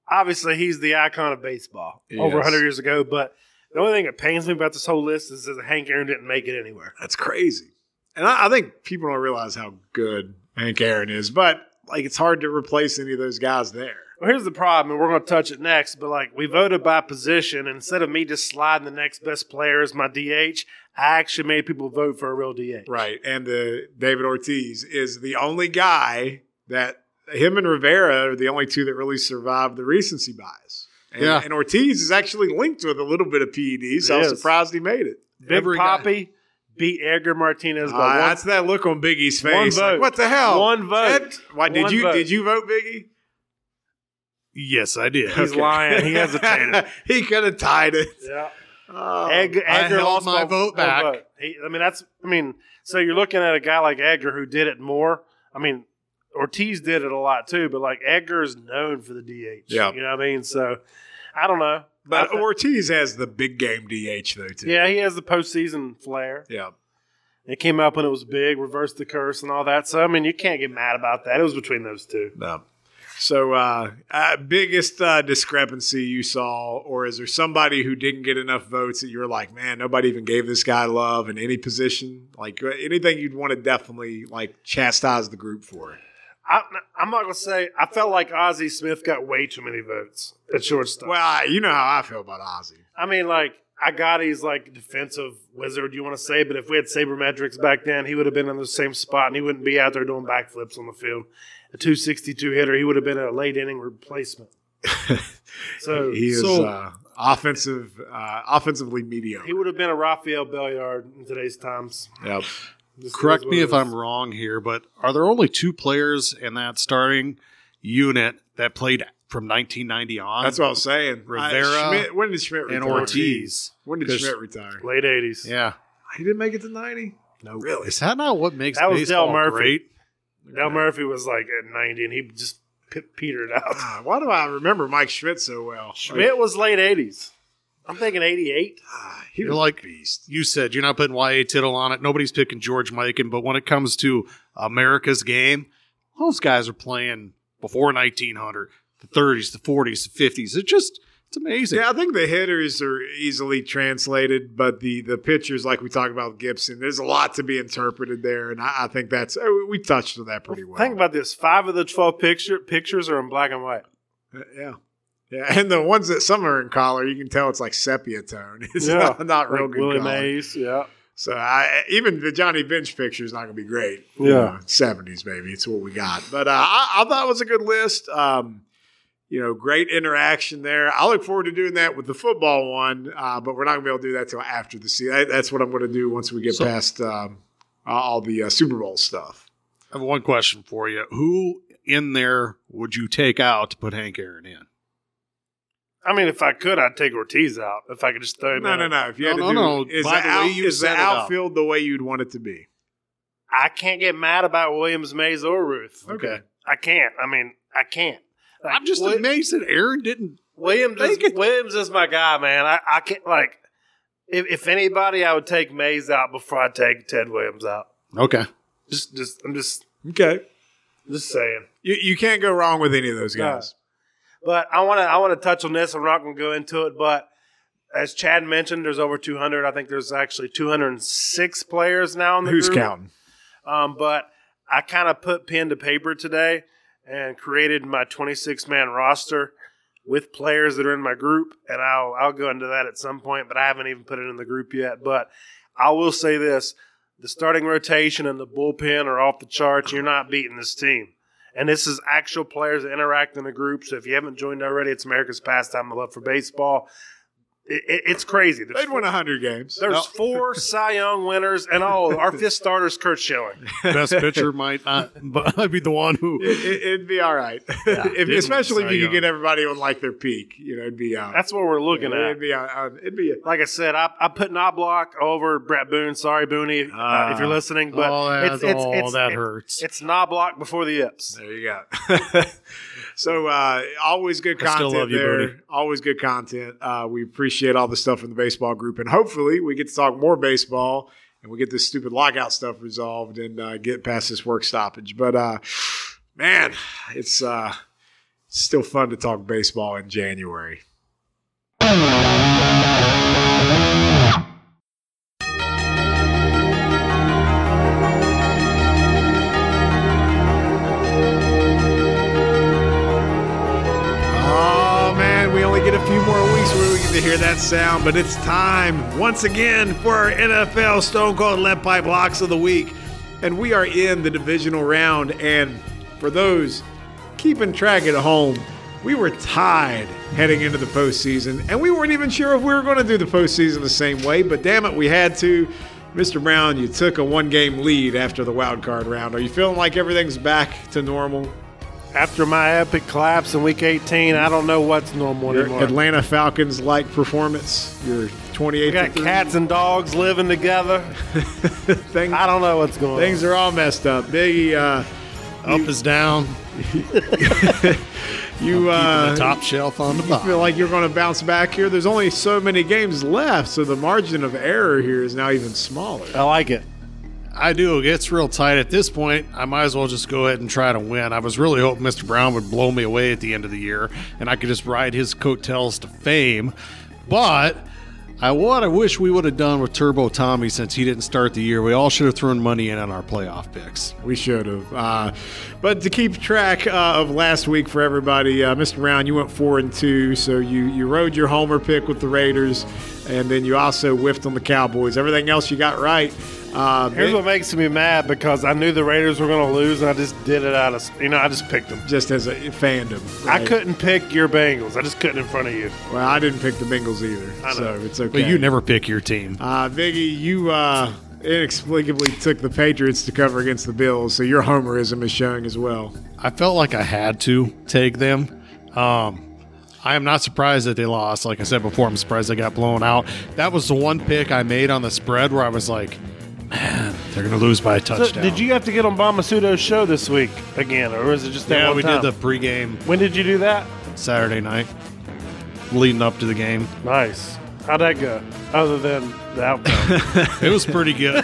Speaker 2: obviously he's the icon of baseball over
Speaker 1: Yes.
Speaker 2: 100 years ago. But the only thing that pains me about this whole list is that Hank Aaron didn't make it anywhere.
Speaker 1: That's crazy. And I, I think people don't realize how good Hank Aaron is, but like it's hard to replace any of those guys there.
Speaker 2: Well, here's the problem, and we're going to touch it next. But like, we voted by position, and instead of me just sliding the next best player as my DH, I actually made people vote for a real DH.
Speaker 1: Right. And the David Ortiz is the only guy that him and Rivera are the only two that really survived the recency bias. And,
Speaker 3: Yeah.
Speaker 1: and Ortiz is actually linked with a little bit of PED, so I was
Speaker 2: Yes.
Speaker 1: surprised he made it.
Speaker 2: Big
Speaker 3: Every guy-
Speaker 2: Poppy beat Edgar Martinez by
Speaker 1: Uh,
Speaker 2: one.
Speaker 1: that's that look on Biggie's
Speaker 2: one
Speaker 1: face. like,
Speaker 2: vote.
Speaker 1: what the hell?
Speaker 2: One vote.
Speaker 1: Ed- why did
Speaker 2: One
Speaker 1: you
Speaker 2: vote.
Speaker 1: did you vote Biggie?
Speaker 3: Yes, I did.
Speaker 2: He's lying. He hesitated.
Speaker 1: (laughs) he could have tied it.
Speaker 2: (laughs) yeah.
Speaker 1: Oh.
Speaker 2: Edgar,
Speaker 3: I
Speaker 2: Edgar
Speaker 3: held
Speaker 2: lost
Speaker 3: my
Speaker 2: by
Speaker 3: vote
Speaker 2: one
Speaker 3: back.
Speaker 2: vote. He, I mean, that's. I mean, so you're looking at a guy like Edgar who did it more. I mean, Ortiz did it a lot too, but like Edgar is known for the DH.
Speaker 1: Yeah.
Speaker 2: you know what I mean. So I don't know,
Speaker 1: But
Speaker 2: I thi-
Speaker 1: Ortiz has the big game DH though too.
Speaker 2: yeah, he has the postseason flair.
Speaker 1: Yeah.
Speaker 2: It came up when it was big, reversed the curse and all that. So I mean, you can't get mad about that. It was between those two.
Speaker 1: No. So, uh, uh, biggest uh, discrepancy you saw, or is there somebody who didn't get enough votes that you're like, man, nobody even gave this guy love in any position? Like uh, anything you'd want to definitely like chastise the group for?
Speaker 2: I, I'm not gonna say I felt like Ozzie Smith got way too many votes at shortstop.
Speaker 1: Well, I- you know how I feel about Ozzy.
Speaker 2: I mean, like, I got he's like defensive wizard, you want to say, but if we had sabermetrics back then, he would have been in the same spot and he wouldn't be out there doing backflips on the field. A 262 hitter, he would have been a late inning
Speaker 3: (laughs)
Speaker 2: replacement. so
Speaker 1: He
Speaker 2: he,
Speaker 1: is
Speaker 3: So-
Speaker 1: uh, offensive, uh, offensively mediocre.
Speaker 2: would have been a Raphael Belliard in today's times.
Speaker 1: Yep.
Speaker 2: This
Speaker 3: Correct
Speaker 2: is what
Speaker 3: me
Speaker 2: it
Speaker 3: if
Speaker 2: is.
Speaker 3: I'm wrong here, but are there only two players in that starting unit that played from 1990 on?
Speaker 1: That's what I was saying.
Speaker 3: Rivera
Speaker 1: I- Schmidt, when did Schmidt
Speaker 3: and
Speaker 1: retire?
Speaker 3: Ortiz.
Speaker 1: When did
Speaker 3: 'Cause-
Speaker 1: Schmidt retire?
Speaker 2: Late 80s.
Speaker 3: Yeah.
Speaker 1: He didn't make it to 90? No. Really?
Speaker 3: Is that not what makes
Speaker 2: That was
Speaker 3: baseball
Speaker 2: Del Murphy.
Speaker 3: great?
Speaker 2: Del Murphy was like at 90 and he just p- petered out.
Speaker 3: (laughs)
Speaker 1: Ah, Why do I remember Mike Schmidt so well?
Speaker 2: Schmidt was late 80s. I'm thinking 88.
Speaker 1: Ah, he
Speaker 3: You're
Speaker 1: was
Speaker 3: like-
Speaker 1: a beast.
Speaker 3: You said you're not putting YA Tittle on it. Nobody's picking George Mikan, but when it comes to America's game, those guys are playing before 1900, the 30s, the 40s, the 50s. It's just, it's amazing.
Speaker 1: Yeah, I think the hitters are easily translated, but the the pitchers, like we talked about with Gibson, there's a lot to be interpreted there, and I, I think that's uh, we touched on that pretty well.
Speaker 2: Think about this. Five of the 12 picture, pictures are in black and white.
Speaker 1: Uh, yeah, yeah, and the ones that some are in color, you can tell it's like sepia tone. (laughs) It's
Speaker 2: Yeah.
Speaker 1: not, not real
Speaker 2: Like
Speaker 1: good
Speaker 2: Willie
Speaker 1: color.
Speaker 2: Mays. Yeah.
Speaker 1: So I, even the Johnny Bench picture is not going to be great.
Speaker 2: Yeah.
Speaker 1: seventies maybe it's what we got. But uh, I, I thought it was a good list. Um, you know, great interaction there. I look forward to doing that with the football one, uh, but we're not going to be able to do that till after the season. That- That's what I'm going to do once we get
Speaker 3: So-
Speaker 1: past um, all the uh, Super Bowl stuff.
Speaker 3: I have one question for you. Who in there would you take out to put Hank Aaron in?
Speaker 2: I mean, if I could, I'd take Ortiz out. If I could just throw him
Speaker 1: No,
Speaker 2: in.
Speaker 1: no, no. If you had
Speaker 3: No,
Speaker 1: to
Speaker 3: no,
Speaker 1: do,
Speaker 3: no.
Speaker 1: is
Speaker 3: By
Speaker 1: the,
Speaker 3: the way
Speaker 1: out,
Speaker 3: you
Speaker 1: is the
Speaker 3: set it up.
Speaker 1: outfield the way you'd want it to be?
Speaker 2: I can't get mad about Williams, Mays, or Ruth.
Speaker 1: Okay.
Speaker 2: I can't. I mean, I can't. Like,
Speaker 3: I'm just
Speaker 2: Wi-
Speaker 3: amazed that Aaron didn't.
Speaker 2: Williams is,
Speaker 3: Thank you.
Speaker 2: Williams is my guy, man. I, I can't like if, if anybody I would take Mays out before I take Ted Williams out.
Speaker 3: Okay.
Speaker 2: Just just I'm just
Speaker 1: Okay.
Speaker 2: just saying.
Speaker 1: You, you can't go wrong with any of those
Speaker 2: No.
Speaker 1: guys.
Speaker 2: But I wanna I wanna touch on this. I'm not gonna go into it, but as Chad mentioned, there's over 200. I think there's actually 206 players now in the
Speaker 1: Who's
Speaker 2: group.
Speaker 1: counting?
Speaker 2: Um, but I kind of put pen to paper today and created my 26 man roster with players that are in my group, and I'll I'll go into that at some point. But I haven't even put it in the group yet. But I will say this: the starting rotation and the bullpen are off the charts. You're not beating this team. And this is actual players that interact in a group. So if you haven't joined already, it's America's pastime, the love for baseball. It, it, it's crazy. There's
Speaker 1: They'd win 100 games.
Speaker 2: there's
Speaker 3: No.
Speaker 2: four Cy Young winners, and all our fifth starter is Kurt Schilling.
Speaker 3: Best pitcher might not, but I'd be the one who.
Speaker 1: It, it, it'd be all right, (laughs) if,
Speaker 3: Didn't uh,
Speaker 1: especially if
Speaker 3: Cy
Speaker 1: you could
Speaker 3: Young.
Speaker 1: get everybody on like their peak. You know, it'd be uh,
Speaker 2: That's what we're looking at.
Speaker 1: It'd be uh, uh, it'd be.
Speaker 2: Like I said, I, I put Knobloch over Brett Boone. Sorry, Booney, uh,
Speaker 1: Ah.
Speaker 2: if you're listening, but
Speaker 3: oh, that,
Speaker 2: it's, it's,
Speaker 3: oh,
Speaker 2: it's,
Speaker 3: that
Speaker 2: it-
Speaker 3: hurts.
Speaker 2: It's Knobloch before the Ips.
Speaker 1: There you go. (laughs) so uh, always good
Speaker 3: I
Speaker 1: content
Speaker 3: still love you,
Speaker 1: there.
Speaker 3: Bernie.
Speaker 1: Always good content. Uh, we appreciate all the stuff in the baseball group, and hopefully we get to talk more baseball and we get this stupid lockout stuff resolved and uh, get past this work stoppage. But uh, man, it's uh, it's still fun to talk baseball in January. Oh man, we only get a few more weeks where we get to hear that sound, but it's time once again for our NFL Stone Cold Lead Pipe Locks of the Week. And we are in the divisional round, and for those keeping track at home, we were tied heading into the postseason, and we weren't even sure if we were going to do the postseason the same way, but damn it, we had to. Mr. Brown, you took a one game lead after the wild card round. Are you feeling like everything's back to normal?
Speaker 2: After my epic collapse in Week 18, I don't know what's normal
Speaker 1: Your
Speaker 2: anymore.
Speaker 1: Atlanta Falcons like performance. Your 28
Speaker 2: We got
Speaker 1: to three.
Speaker 2: cats and dogs living together.
Speaker 1: Thing-
Speaker 2: I don't know what's going on.
Speaker 1: things are all messed up. Biggie, uh,
Speaker 3: Up is down,
Speaker 1: you
Speaker 3: keeping
Speaker 1: uh,
Speaker 3: the top shelf on the
Speaker 1: feel
Speaker 3: bottom.
Speaker 1: like you're going to bounce back here. There's only so many games left, so the margin of error here is now even smaller.
Speaker 2: I like it.
Speaker 3: I do. It gets real tight at this point. I might as well just go ahead and try to win. I was really hoping Mr. Brown would blow me away at the end of the year and I could just ride his coattails to fame. But I what I wish we would have done with Turbo Tommy since he didn't start the year. We all should have thrown money in on our playoff picks.
Speaker 1: We should have. Uh, but to keep track uh, of last week for everybody, uh, Mr. Brown, you went four and two, so you you rode your homer pick with the Raiders, and then you also whiffed on the Cowboys. Everything else you got right. Uh,
Speaker 2: Here's
Speaker 1: Big-
Speaker 2: what makes me mad because I knew the Raiders were going to lose, and I just did it out of, you know, I just picked them.
Speaker 1: just as a fandom,
Speaker 2: I
Speaker 1: right?
Speaker 2: couldn't pick your Bengals. I just couldn't in front of you.
Speaker 1: Well, I didn't pick the Bengals either,
Speaker 2: I know.
Speaker 1: so it's okay.
Speaker 3: But you never pick your team.
Speaker 1: uh, Biggie, you uh, inexplicably took the Patriots to cover against the Bills, so your homerism is showing as well.
Speaker 3: I felt like I had to take them. Um, I am not surprised that they lost. Like I said before, I'm surprised they got blown out. That was the one pick I made on the spread where I was like, man, they're going to lose by a touchdown.
Speaker 2: So did you have to get on Bob Masudo's show this week again, or was it just that
Speaker 3: Yeah,
Speaker 2: one
Speaker 3: we
Speaker 2: time?
Speaker 3: did the pregame
Speaker 2: When did you do that?
Speaker 3: Saturday night leading up to the game.
Speaker 2: Nice. How'd that go? Other than the outcome. (laughs)
Speaker 3: It was pretty good.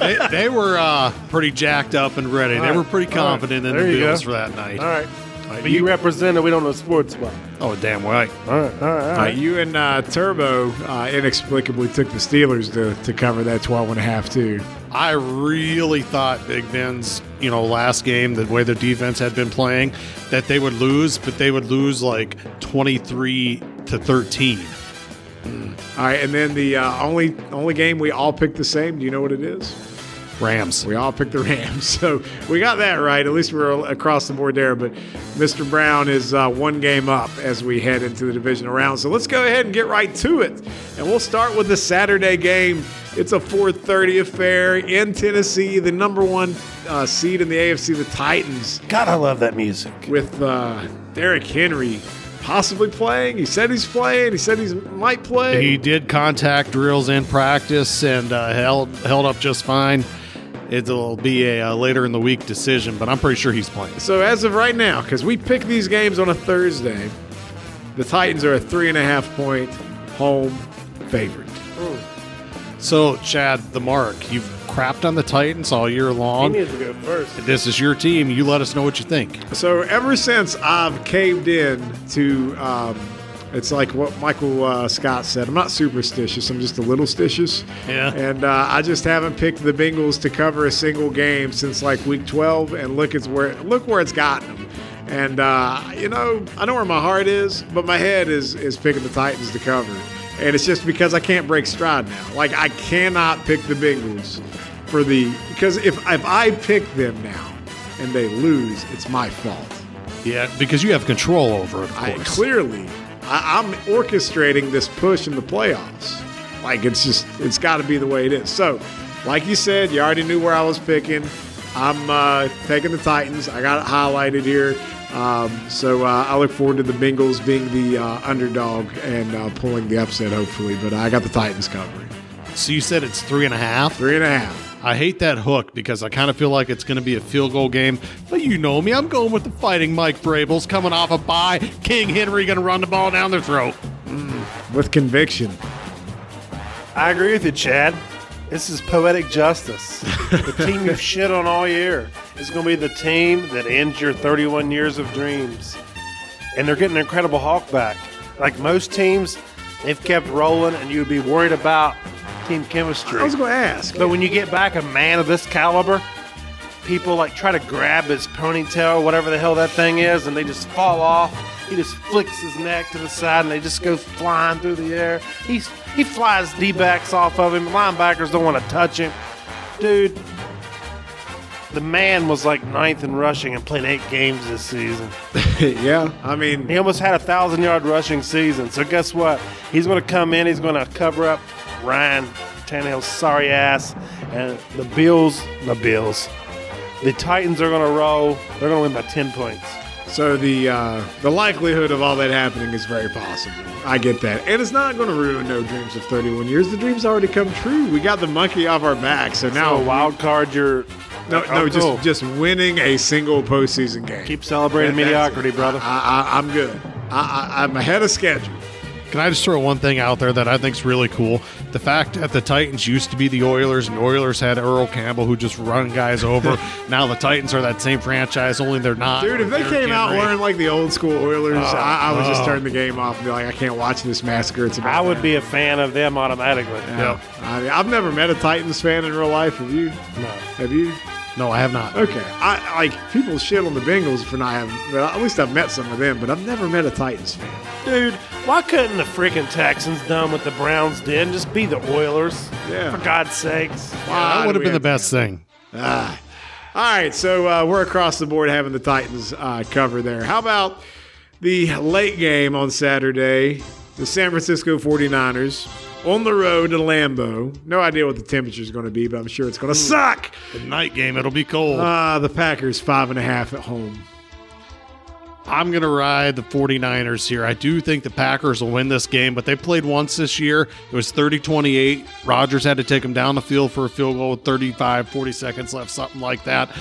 Speaker 3: they, they were uh, pretty jacked up and ready.
Speaker 2: All
Speaker 3: They
Speaker 2: right.
Speaker 3: were pretty
Speaker 2: All right.
Speaker 3: confident in
Speaker 2: There
Speaker 3: the
Speaker 2: you go.
Speaker 3: Bills for that night.
Speaker 2: All right.
Speaker 3: right,
Speaker 2: But you, represented, we don't know sports about.
Speaker 3: Oh, damn right.
Speaker 2: All right. All right. All
Speaker 1: Uh,
Speaker 2: right.
Speaker 1: you and uh, Turbo uh, inexplicably took the Steelers to, to cover that 12 and a half, too.
Speaker 3: I really thought Big Ben's, you know, last game, the way their defense had been playing, that they would lose, but they would lose like 23 to 13.
Speaker 1: All right, and then the uh, only only game we all picked the same. Do you know what it is?
Speaker 3: Rams.
Speaker 1: We all picked the Rams, (laughs) so we got that right. At least we were across the board there. But Mr. Brown is uh, one game up as we head into the divisional round. So let's go ahead and get right to it, and we'll start with the Saturday game. It's a 4:30 affair in Tennessee. The number one uh, seed in the AFC, the Titans,
Speaker 2: God, I love that music.
Speaker 1: with uh, Derrick Henry possibly playing. He said he's playing. He said he might play.
Speaker 3: He did contact drills in practice and uh, held held up just fine. It'll be a uh, later in the week decision, but I'm pretty sure he's playing.
Speaker 1: So as of right now, because we pick these games on a Thursday, the Titans are a three and a half point home favorite.
Speaker 3: So, Chad, the mark, you've crapped on the Titans all year
Speaker 2: He
Speaker 3: long.
Speaker 2: needs to go first.
Speaker 3: This is your team. You let us know what you think.
Speaker 1: So ever since I've caved in to, um, it's like what Michael uh, Scott said. I'm not superstitious. I'm just a little stitious.
Speaker 3: Yeah.
Speaker 1: And uh, I just haven't picked the Bengals to cover a single game since like week 12. And look, it's where look where it's gotten them. And uh, you know, I know where my heart is, but my head is is picking the Titans to cover. And it's just because I can't break stride now. Like I cannot pick the Bengals for the because if if I pick them now and they lose, it's my fault.
Speaker 3: Yeah, because you have control over it, of
Speaker 1: I
Speaker 3: course.
Speaker 1: clearly I, I'm orchestrating this push in the playoffs. Like it's just it's got to be the way it is. So, like you said, you already knew where I was picking. I'm uh, taking the Titans. I got it highlighted here. Um, so uh, I look forward to the Bengals being the uh, underdog and uh, pulling the upset, hopefully. But I got the Titans covering
Speaker 3: So you said it's three and a half.
Speaker 1: three and a half.
Speaker 3: I hate that hook because I kind of feel like it's going to be a field goal game. But you know me, I'm going with the fighting Mike Vrabels coming off a bye. King Henry going to run the ball down their throat.
Speaker 1: with conviction.
Speaker 2: I agree with you, Chad. This is poetic justice. (laughs) The team you've shit on all year is going to be the team that ends your 31 years of dreams. And they're getting an incredible Hawk back. Like most teams, they've kept rolling, and you'd be worried about team chemistry.
Speaker 1: I was going to ask. (laughs)
Speaker 2: But when you get back a man of this caliber, people like try to grab his ponytail or whatever the hell that thing is, and they just fall off. He just flicks his neck to the side, and they just go flying through the air. He's he flies D backs off of him. Linebackers don't want to touch him, dude. The man was like ninth in rushing and played eight games this season.
Speaker 1: yeah, I mean,
Speaker 2: He almost had a thousand yard rushing season. So guess what? He's going to come in. He's going to cover up Ryan Tannehill's sorry ass, and the Bills, the Bills, the Titans are going to roll. They're going to win by ten points.
Speaker 1: So the uh, the likelihood of all that happening is very possible. I get that, and it's not going to ruin no dreams of 31 years. The dreams already come true. We got the monkey off our back, so now
Speaker 2: Now wild card, you're
Speaker 1: no,
Speaker 2: Oh,
Speaker 1: no,
Speaker 2: cool.
Speaker 1: just just winning a single postseason game.
Speaker 2: keep celebrating
Speaker 1: That- that's-
Speaker 2: mediocrity, brother.
Speaker 1: I, I, I'm good. I, I, I'm ahead of schedule.
Speaker 3: Can I just throw one thing out there that I think's really cool? The fact that the Titans used to be the Oilers and Oilers had Earl Campbell who just run
Speaker 1: (laughs)
Speaker 3: guys over. now the Titans are that same franchise, only they're not.
Speaker 1: Dude, if they
Speaker 3: Derrick
Speaker 1: came out
Speaker 3: Henry.
Speaker 1: wearing like the old school Oilers, I, I would just
Speaker 3: oh.
Speaker 1: turn the game off and be like, I can't watch this massacre. It's about
Speaker 2: I would
Speaker 1: time.
Speaker 2: be a fan of them automatically.
Speaker 1: Yeah. I mean, I've never met a Titans fan in real life. Have you?
Speaker 2: No.
Speaker 1: Have you?
Speaker 3: No, I have not.
Speaker 1: Okay, I like people shit on the Bengals for not having. Well, at least I've met some of them, but I've never met a Titans fan.
Speaker 2: Dude, why couldn't the freaking Texans done what the Browns did and just be the Oilers?
Speaker 1: Yeah.
Speaker 2: For God's sakes.
Speaker 1: Why
Speaker 3: that would
Speaker 1: do
Speaker 3: have
Speaker 1: we
Speaker 3: been the best thing.
Speaker 1: Ah. All right, so uh, we're across the board having the Titans uh, cover there. How about the late game on Saturday? The San Francisco 49ers on the road to Lambeau. No idea what the temperature is going to be, but I'm sure it's
Speaker 3: Hmm.
Speaker 1: going to suck.
Speaker 3: The night game, it'll be cold.
Speaker 1: Uh, the Packers five and a half at home.
Speaker 3: I'm going to ride the 49ers here. I do think the Packers will win this game, but they played once this year. It was 30 28. Rodgers had to take them down the field for a field goal with 35, 40 seconds left, something like that.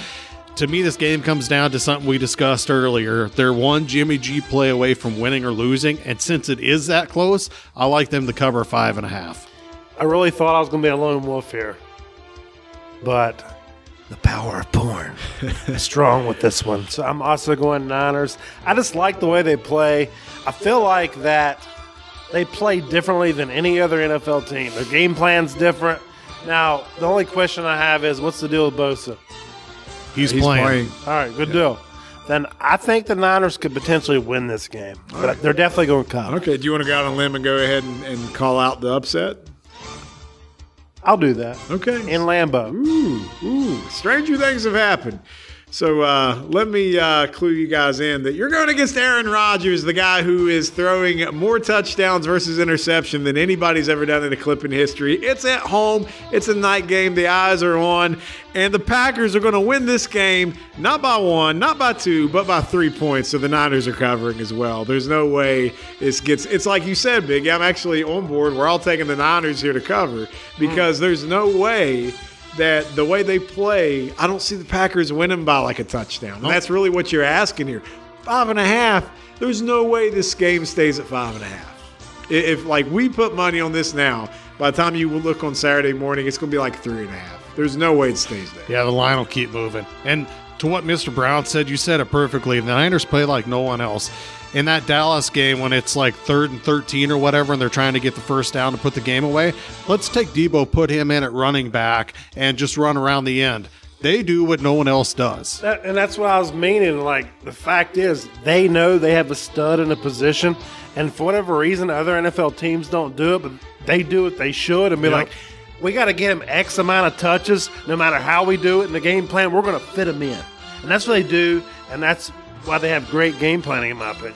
Speaker 3: to me, this game comes down to something we discussed earlier. They're one Jimmy G play away from winning or losing, and since it is that close, I like them to cover five and a half.
Speaker 2: I really thought I was going to be a lone wolf here, but the power of porn is strong with this one. So I'm also going Niners. I just like the way they play. I feel like that they play differently than any other NFL team. Their game plan's different. Now, the only question I have is what's the deal with Bosa?
Speaker 3: He's, playing.
Speaker 2: All right, good deal. Then I think the Niners could potentially win this game, but they're definitely going to cover.
Speaker 1: Okay, do you want to go out on a limb and go ahead and, and call out the upset?
Speaker 2: I'll do that.
Speaker 1: Okay.
Speaker 2: In Lambeau.
Speaker 1: Ooh, ooh, stranger things have happened. So uh, let me uh, clue you guys in that you're going against Aaron Rodgers, the guy who is throwing more touchdowns versus interception than anybody's ever done in a clip in history. It's at home, it's a night game, the eyes are on, and the Packers are going to win this game not by one, not by two, but by three points. So the Niners are covering as well. There's no way this gets. It's like you said, Big. I'm actually on board. We're all taking the Niners here to cover because there's no way that the way they play, I don't see the Packers winning by like a touchdown. And that's really what you're asking here. Five and a half. There's no way this game stays at five and a half. I- If like we put money on this now, by the time you look on Saturday morning, it's going to be like three and a half. There's no way it stays there.
Speaker 3: Yeah, the line will keep moving. And to what Mr. Brown said, you said it perfectly. The Niners play like no one else. In that Dallas game, when it's like third and 13 or whatever, and they're trying to get the first down to put the game away, let's take Debo, put him in at running back, and just run around the end. They do what no one else does.
Speaker 2: That, and that's what I was meaning. Like the fact is, they know they have a stud in a position, and for whatever reason, other NFL teams don't do it, but they do it. They should, and be like, we got to get him X amount of touches, no matter how we do it in the game plan. We're going to fit him in, and that's what they do, and that's why they have great game planning, in my opinion.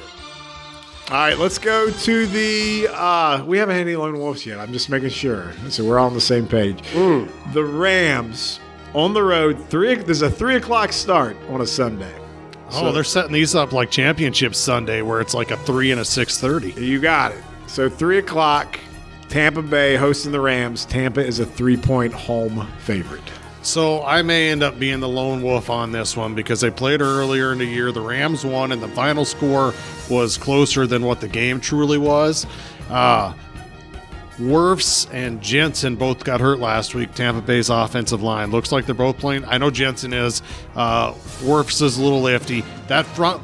Speaker 1: All right, let's go to the. Uh, we haven't had any lone wolves yet. I'm just making sure, so we're all on the same page. The Rams on the road. Three. There's a three o'clock start on a Sunday.
Speaker 3: oh, they're setting these up like championship Sunday, where it's like a three and a six thirty.
Speaker 1: You got it. So three o'clock, Tampa Bay hosting the Rams. Tampa is a three-point home favorite.
Speaker 3: So I may end up being the lone wolf on this one because they played earlier in the year. The Rams won, and the final score was closer than what the game truly was. Uh, Werfs and Jensen both got hurt last week. Tampa Bay's offensive line looks like they're both playing. I know Jensen is. Uh, Werfs is a little iffy. That front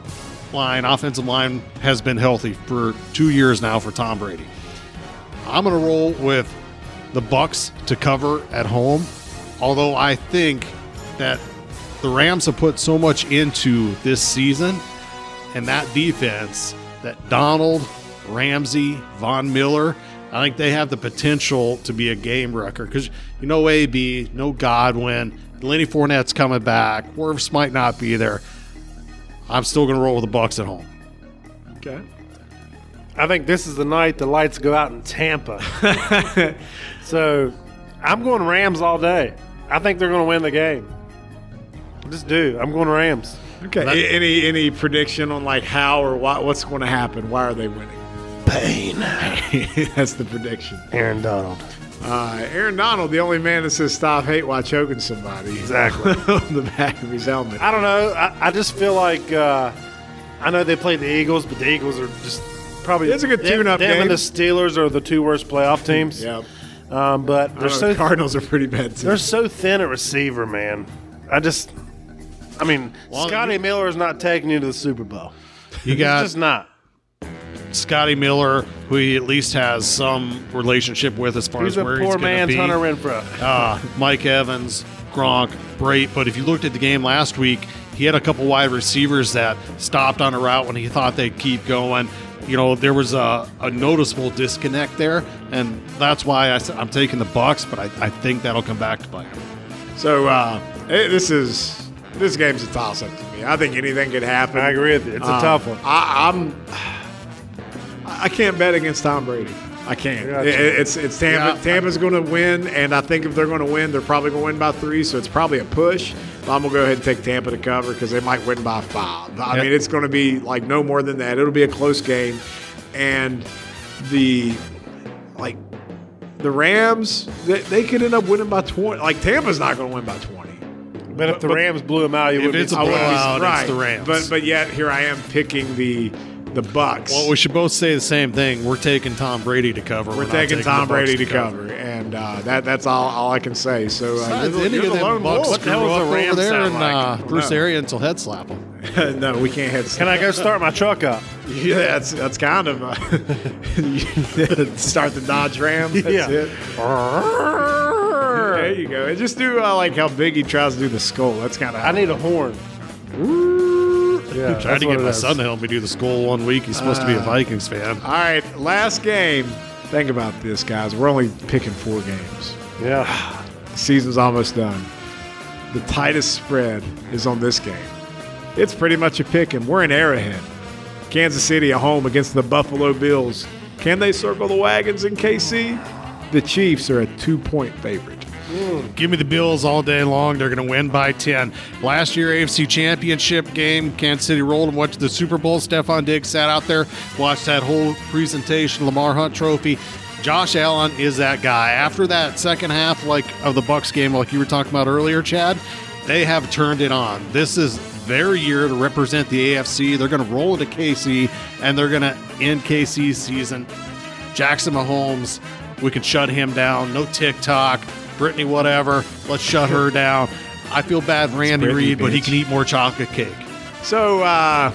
Speaker 3: line, offensive line, has been healthy for two years now for Tom Brady. I'm going to roll with the Bucks to cover at home. Although I think that the Rams have put so much into this season and that defense that Donald, Ramsey, Von Miller, I think they have the potential to be a game wrecker because you know AB, no Godwin, Lenny Fournette's coming back, Werfs might not be there. I'm still going to roll with the Bucks at home.
Speaker 1: Okay.
Speaker 2: I think this is the night the lights go out in Tampa. so I'm going Rams all day. I think they're going to win the game. I just do. I'm going Rams.
Speaker 1: Okay. A- any any prediction on like how or why, what's going to happen? Why are they winning? (laughs)
Speaker 2: Pain.
Speaker 1: That's the prediction.
Speaker 2: Aaron Donald.
Speaker 1: Uh, Aaron Donald, the only man that says "Stop hate" while choking somebody
Speaker 2: Exactly.
Speaker 1: (laughs)
Speaker 2: (laughs)
Speaker 1: on the back of his helmet.
Speaker 2: I don't know. I, I just feel like uh, I know they played the Eagles, but the Eagles are just probably
Speaker 1: It's a good
Speaker 2: them-
Speaker 1: tune-up
Speaker 2: them
Speaker 1: game.
Speaker 2: and the Steelers are the two worst playoff teams.
Speaker 1: Yeah.
Speaker 2: Um, but
Speaker 1: I
Speaker 2: they're
Speaker 1: don't know,
Speaker 2: so
Speaker 1: the Uh, Cardinals are pretty bad too.
Speaker 2: They're so thin at receiver, man. I just, I mean, Scotty Miller is not taking you to the Super Bowl. (laughs)
Speaker 3: You
Speaker 2: He's
Speaker 3: got
Speaker 2: just not.
Speaker 3: Scotty Miller, who he at least has some relationship with as far
Speaker 2: He's
Speaker 3: as
Speaker 2: a
Speaker 3: where he's
Speaker 2: poor
Speaker 3: going to
Speaker 2: man's
Speaker 3: be.
Speaker 2: Hunter Renfro.
Speaker 3: uh, Mike Evans, Gronk, Brait. But if you looked at the game last week, he had a couple wide receivers that stopped on a route when he thought they'd keep going. You know, there was a, a noticeable disconnect there, and that's why I, am taking the Bucks. But I, I think that'll come back to bite him.
Speaker 1: So uh, eh, this is this game's a toss-up to me. I think anything could happen.
Speaker 2: I agree with you. It's a
Speaker 1: Um,
Speaker 2: tough one.
Speaker 1: I, I'm I can't bet against Tom Brady. I can't.
Speaker 2: Gotcha.
Speaker 1: It- it's it's Tampa.
Speaker 3: Yeah.
Speaker 1: Tampa's going to win, and I think if they're going to win, they're probably going to win by three. So it's probably a push. But I'm gonna go ahead and take Tampa to cover because they might win by five. I
Speaker 3: Yeah.
Speaker 1: mean, it's going to be like no more than that. It'll be a close game, and the like the Rams they, they could end up winning by twenty. Like Tampa's not going to win by twenty.
Speaker 2: But if the Rams blew him out, you would
Speaker 3: it's a
Speaker 2: be.
Speaker 1: I would be-
Speaker 3: blowout, it's the Rams.
Speaker 1: But but yet here I am picking the the Bucks.
Speaker 3: Well, we should both say the same thing. We're taking Tom Brady to cover.
Speaker 1: We're
Speaker 3: not
Speaker 1: taking
Speaker 3: the
Speaker 1: Tom
Speaker 3: Bucs
Speaker 1: Brady to cover, and uh, that that's all, all I can say. So uh,
Speaker 3: Besides, any of
Speaker 2: the
Speaker 3: them
Speaker 2: lone
Speaker 3: Bucks
Speaker 2: wolf. What the hell
Speaker 3: grew
Speaker 2: does
Speaker 3: up
Speaker 2: the Rams
Speaker 3: over there,
Speaker 2: sound
Speaker 3: and
Speaker 2: like?
Speaker 3: uh, Bruce
Speaker 1: No.
Speaker 3: Arians will head slap
Speaker 1: (laughs)
Speaker 3: him.
Speaker 1: no, we can't have.
Speaker 2: Can I go start my truck up?
Speaker 1: Yeah, that's that's kind of uh, (laughs) start the Dodge Ram. That's
Speaker 2: Yeah.
Speaker 1: it. There you go. And just do uh, like how Biggie tries to do the skull. That's kind of.
Speaker 2: I need a horn. Yeah, that's
Speaker 3: Trying to
Speaker 2: what
Speaker 3: get
Speaker 2: it
Speaker 3: my
Speaker 2: is.
Speaker 3: son to help me do the school one week. He's supposed to be a Vikings fan.
Speaker 1: All right, last game. Think about this, guys. We're only picking four games.
Speaker 2: Yeah,
Speaker 1: The season's almost done. The tightest spread is on this game. It's pretty much a pick, and we're in Arrowhead. Kansas City at home against the Buffalo Bills. Can they circle the wagons in KC? The Chiefs are a two point favorite.
Speaker 3: Give me the Bills all day long. They're going to win by 10. Last year, AFC Championship game, Kansas City rolled and watched the Super Bowl. Stephon Diggs sat out there, watched that whole presentation, Lamar Hunt Trophy. Josh Allen is that guy. After that second half, like of the Bucks game, like you were talking about earlier, Chad, they have turned it on. This is their year to represent the AFC. They're going to roll into KC, and they're going to end KC's season Jackson Mahomes, we can shut him down. No TikTok, Brittany, whatever. Let's shut her down. I feel bad for Randy
Speaker 1: Brittany,
Speaker 3: Reed, but he
Speaker 1: bitch.
Speaker 3: can eat more chocolate cake.
Speaker 1: So uh,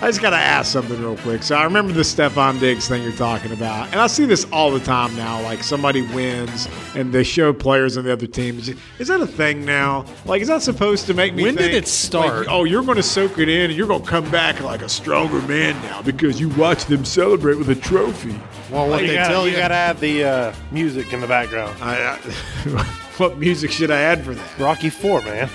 Speaker 1: I just got to ask something real quick. So I remember the Stefan Diggs thing you're talking about, and I see this all the time now. Like somebody wins and they show players on the other team. Is that a thing now? Like, is that supposed to make me?
Speaker 3: When did
Speaker 1: think,
Speaker 3: it start?
Speaker 1: like, oh, you're going to soak it in, and you're going to come back like a stronger man now because you watch them celebrate with a trophy.
Speaker 3: Well, what
Speaker 2: you,
Speaker 3: they
Speaker 2: gotta,
Speaker 3: tell
Speaker 2: you
Speaker 3: you,
Speaker 2: gotta have the uh, music in the background.
Speaker 1: I, (laughs) I, what music should I add for that?
Speaker 2: Rocky
Speaker 1: (laughs)
Speaker 2: Four, man.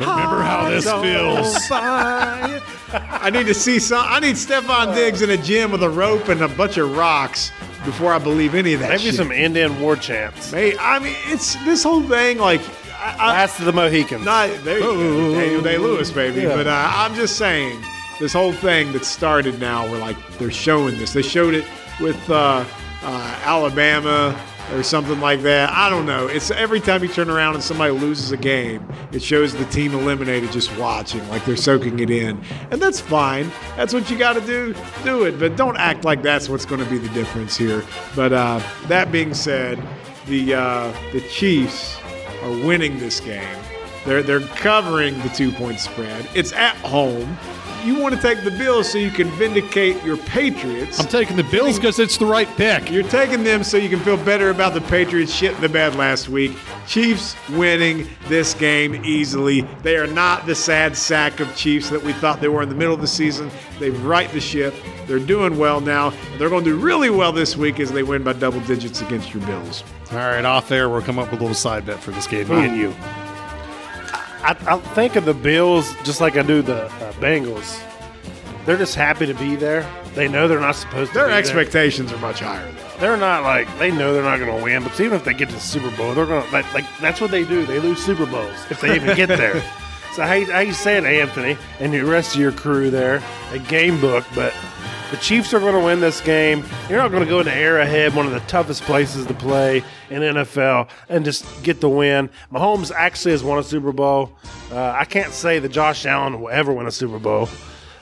Speaker 3: remember how this feels.
Speaker 1: (laughs) I need to see some. I need Stefan Diggs in a gym with a rope and a bunch of rocks before I believe any of that.
Speaker 2: Maybe
Speaker 1: shit.
Speaker 2: some Indian war chants.
Speaker 1: Hey, I mean, it's this whole thing. Like, I, I,
Speaker 2: Last of the Mohicans.
Speaker 1: not there. You go, Daniel Day Lewis, baby.
Speaker 2: Yeah.
Speaker 1: But uh, I'm just saying, this whole thing that started now, where like they're showing this. They showed it with uh, uh, Alabama or something like that. I don't know. It's every time you turn around and somebody loses a game, it shows the team eliminated just watching, like they're soaking it in, and that's fine. That's what you got to do. Do it, but don't act like that's what's going to be the difference here. But uh, that being said, the uh, the Chiefs are winning this game. They're they're covering the two point spread. It's at home. You want to take the Bills so you can vindicate your Patriots.
Speaker 3: I'm taking the Bills because it's the right pick.
Speaker 1: You're taking them so you can feel better about the Patriots shit in the bed last week. Chiefs winning this game easily. They are not the sad sack of Chiefs that we thought they were in the middle of the season. They've right the ship. They're doing well now. And they're going to do really well this week as they win by double digits against your Bills.
Speaker 3: All right, off air, we'll come up with a little side bet for this game. Uh, Me and you.
Speaker 2: I, I think of the Bills just like I do the uh, Bengals. They're just happy to be there. They know they're not supposed to.
Speaker 1: Their
Speaker 2: be there.
Speaker 1: expectations are much higher, though.
Speaker 2: They're not like they know they're not going to win. But even if they get to the Super Bowl, they're going to like, like that's what they do. They lose Super Bowls if they even get there. So how you, how you saying Anthony and the rest of your crew there a game book, but. The Chiefs are going to win this game. You're not going to go into Arrowhead, one of the toughest places to play in NFL, and just get the win. Mahomes actually has won a Super Bowl. Uh, I can't say that Josh Allen will ever win a Super Bowl.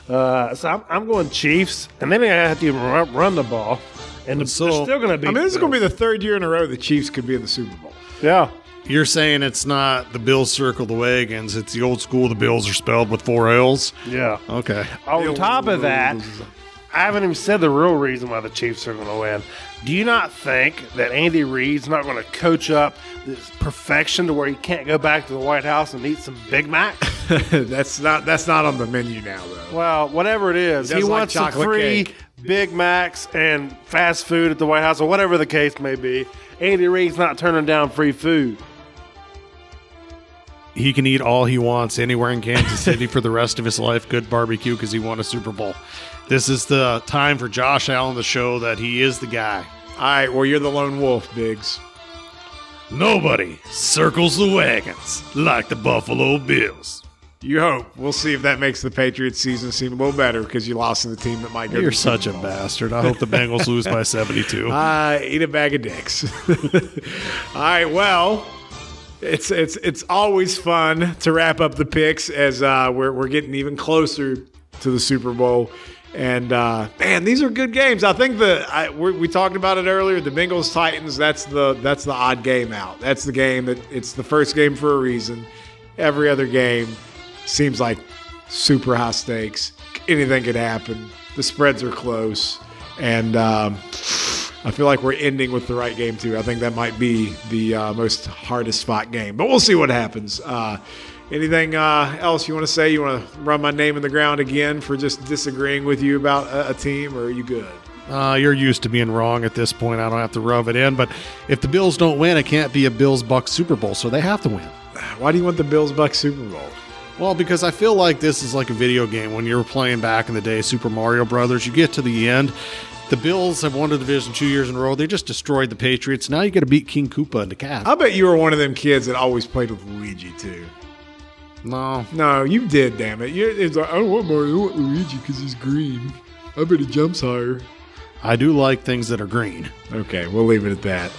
Speaker 2: Uh, so I'm, I'm going Chiefs, and then they have to even run, run the ball, and the,
Speaker 3: So-
Speaker 2: they're still going to be.
Speaker 1: I mean, this is going to be the third year in a row the Chiefs could be in the Super Bowl.
Speaker 2: yeah.
Speaker 3: You're saying it's not the Bills circle the wagons. It's the old school. The Bills are spelled with four L's.
Speaker 2: Yeah.
Speaker 3: Okay.
Speaker 2: On top of that, I haven't even said the real reason why the Chiefs are going to win. Do you not think that Andy Reid's not going to coach up this perfection to where he can't go back to the White House and eat some Big Mac?
Speaker 1: (laughs) (laughs) that's not that's not on the menu now though.
Speaker 2: well, whatever it is,
Speaker 1: He
Speaker 2: he
Speaker 1: does like
Speaker 2: wants some
Speaker 1: chocolate
Speaker 2: free
Speaker 1: cake.
Speaker 2: Big Macs and fast food at the White House or whatever the case may be. Andy Reid's not turning down free food.
Speaker 3: he can eat all he wants anywhere in Kansas City for the rest of his life. Good barbecue because he won a Super Bowl. This is the time for Josh Allen to show that he is the guy.
Speaker 1: All right, well you're the lone wolf, Biggs.
Speaker 3: Nobody circles the wagons like the Buffalo Bills.
Speaker 1: You hope. We'll see if that makes the Patriots season seem a little better because you lost to the team that might go. to
Speaker 3: You're
Speaker 1: the
Speaker 3: such a
Speaker 1: Super Bowl.
Speaker 3: bastard. I hope the Bengals lose by
Speaker 1: (laughs)
Speaker 3: 72.
Speaker 1: Uh, eat a bag of dicks. All right, well, It's it's it's always fun to wrap up the picks as uh, we're we're getting even closer to the Super Bowl. And uh, man, these are good games. I think the I, we we talked about it earlier. The Bengals Titans. That's the that's the odd game out. That's the game that it's the first game for a reason. Every other game seems like super high stakes. Anything could happen. The spreads are close, and um, I feel like we're ending with the right game too. I think that might be the uh, most hardest fought game, but we'll see what happens. Uh, anything uh, else you want to say? You want to run my name in the ground again for just disagreeing with you about a, a team, or are you good?
Speaker 3: Uh, you're used to being wrong at this point. I don't have to rub it in. But if the Bills don't win, it can't be a Bills Bucks Super Bowl, so they have to win.
Speaker 1: Why do you want the Bills Bucks Super Bowl?
Speaker 3: Well, because I feel like this is like a video game. When you were playing back in the day, Super Mario Brothers, you get to the end. The Bills have won the division two years in a row. They just destroyed the Patriots. Now you got to beat King Koopa and the Cat.
Speaker 1: I bet you were one of them kids that always played with Luigi too.
Speaker 3: No,
Speaker 1: No, you did, damn it. You, it's like, I don't want Mario, I want Luigi because he's green. I bet he jumps higher.
Speaker 3: I do like things that are green.
Speaker 1: Okay, we'll leave it at that.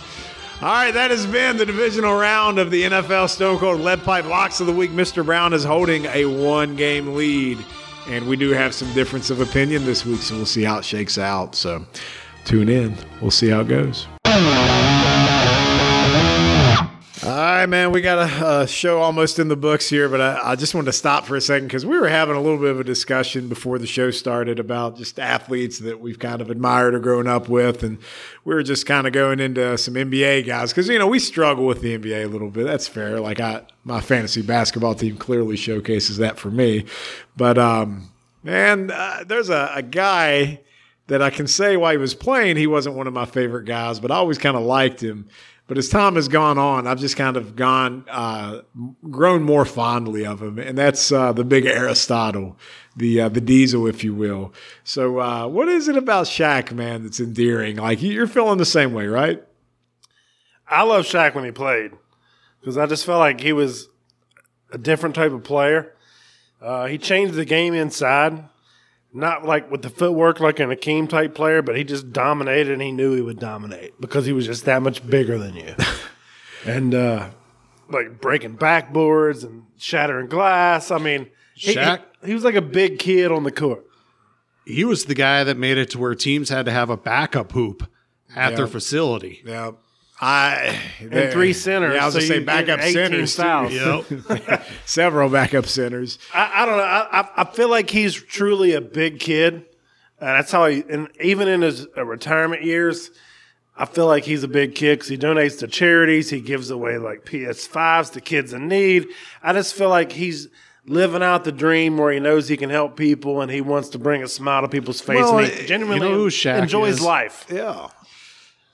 Speaker 1: All right, that has been the divisional round of the NFL Stone Cold Lead Pipe Locks of the Week. Mr. Brown is holding a one game lead, and we do have some difference of opinion this week, so we'll see how it shakes out. So tune in, we'll see how it goes. All right, man, we got a, uh show almost in the books here, but I, I just wanted to stop for a second because we were having a little bit of a discussion before the show started about just athletes that we've kind of admired or grown up with. And we were just kind of going into some NBA guys because, you know, we struggle with the NBA a little bit. That's fair. Like, I, my fantasy basketball team clearly showcases that for me. But, um, man, uh, there's a, a guy that I can say while he was playing, he wasn't one of my favorite guys, but I always kind of liked him. But as time has gone on, I've just kind of gone, uh, grown more fondly of him, and that's uh, the big Aristotle, the uh, the Diesel, if you will. So, uh, what is it about Shaq, man, that's endearing? Like you- you're feeling the same way, right?
Speaker 2: I love Shaq when he played because I just felt like he was a different type of player. Uh, he changed the game inside, not like with the footwork like an Akeem type player, but he just dominated and he knew he would dominate because he was just that much bigger
Speaker 1: (laughs)
Speaker 2: than you. and uh, like breaking backboards and shattering glass. I mean, he,
Speaker 3: Shaq?
Speaker 2: he, he was like a big kid on the court.
Speaker 3: He was the guy that made it to where teams had to have a backup hoop at
Speaker 1: Yeah.
Speaker 3: their facility.
Speaker 1: Yeah. I
Speaker 2: And three centers.
Speaker 1: Yeah, I was
Speaker 2: so
Speaker 1: gonna say
Speaker 2: you get
Speaker 1: backup
Speaker 2: 18
Speaker 1: centers, too.
Speaker 2: fouls.
Speaker 3: Yep.
Speaker 1: several backup centers.
Speaker 2: I, I don't know. I, I I feel like he's truly a big kid, and that's how he. And even in his uh, retirement years, I feel like he's a big kid because he donates to charities. He gives away like PS5s to kids in need. I just feel like he's living out the dream where he knows he can help people and he wants to bring a smile to people's face.
Speaker 1: Well,
Speaker 2: and
Speaker 1: you
Speaker 2: he
Speaker 1: know
Speaker 2: genuinely
Speaker 3: who Shaq
Speaker 2: enjoys
Speaker 3: is?
Speaker 2: life.
Speaker 1: Yeah.
Speaker 3: (laughs)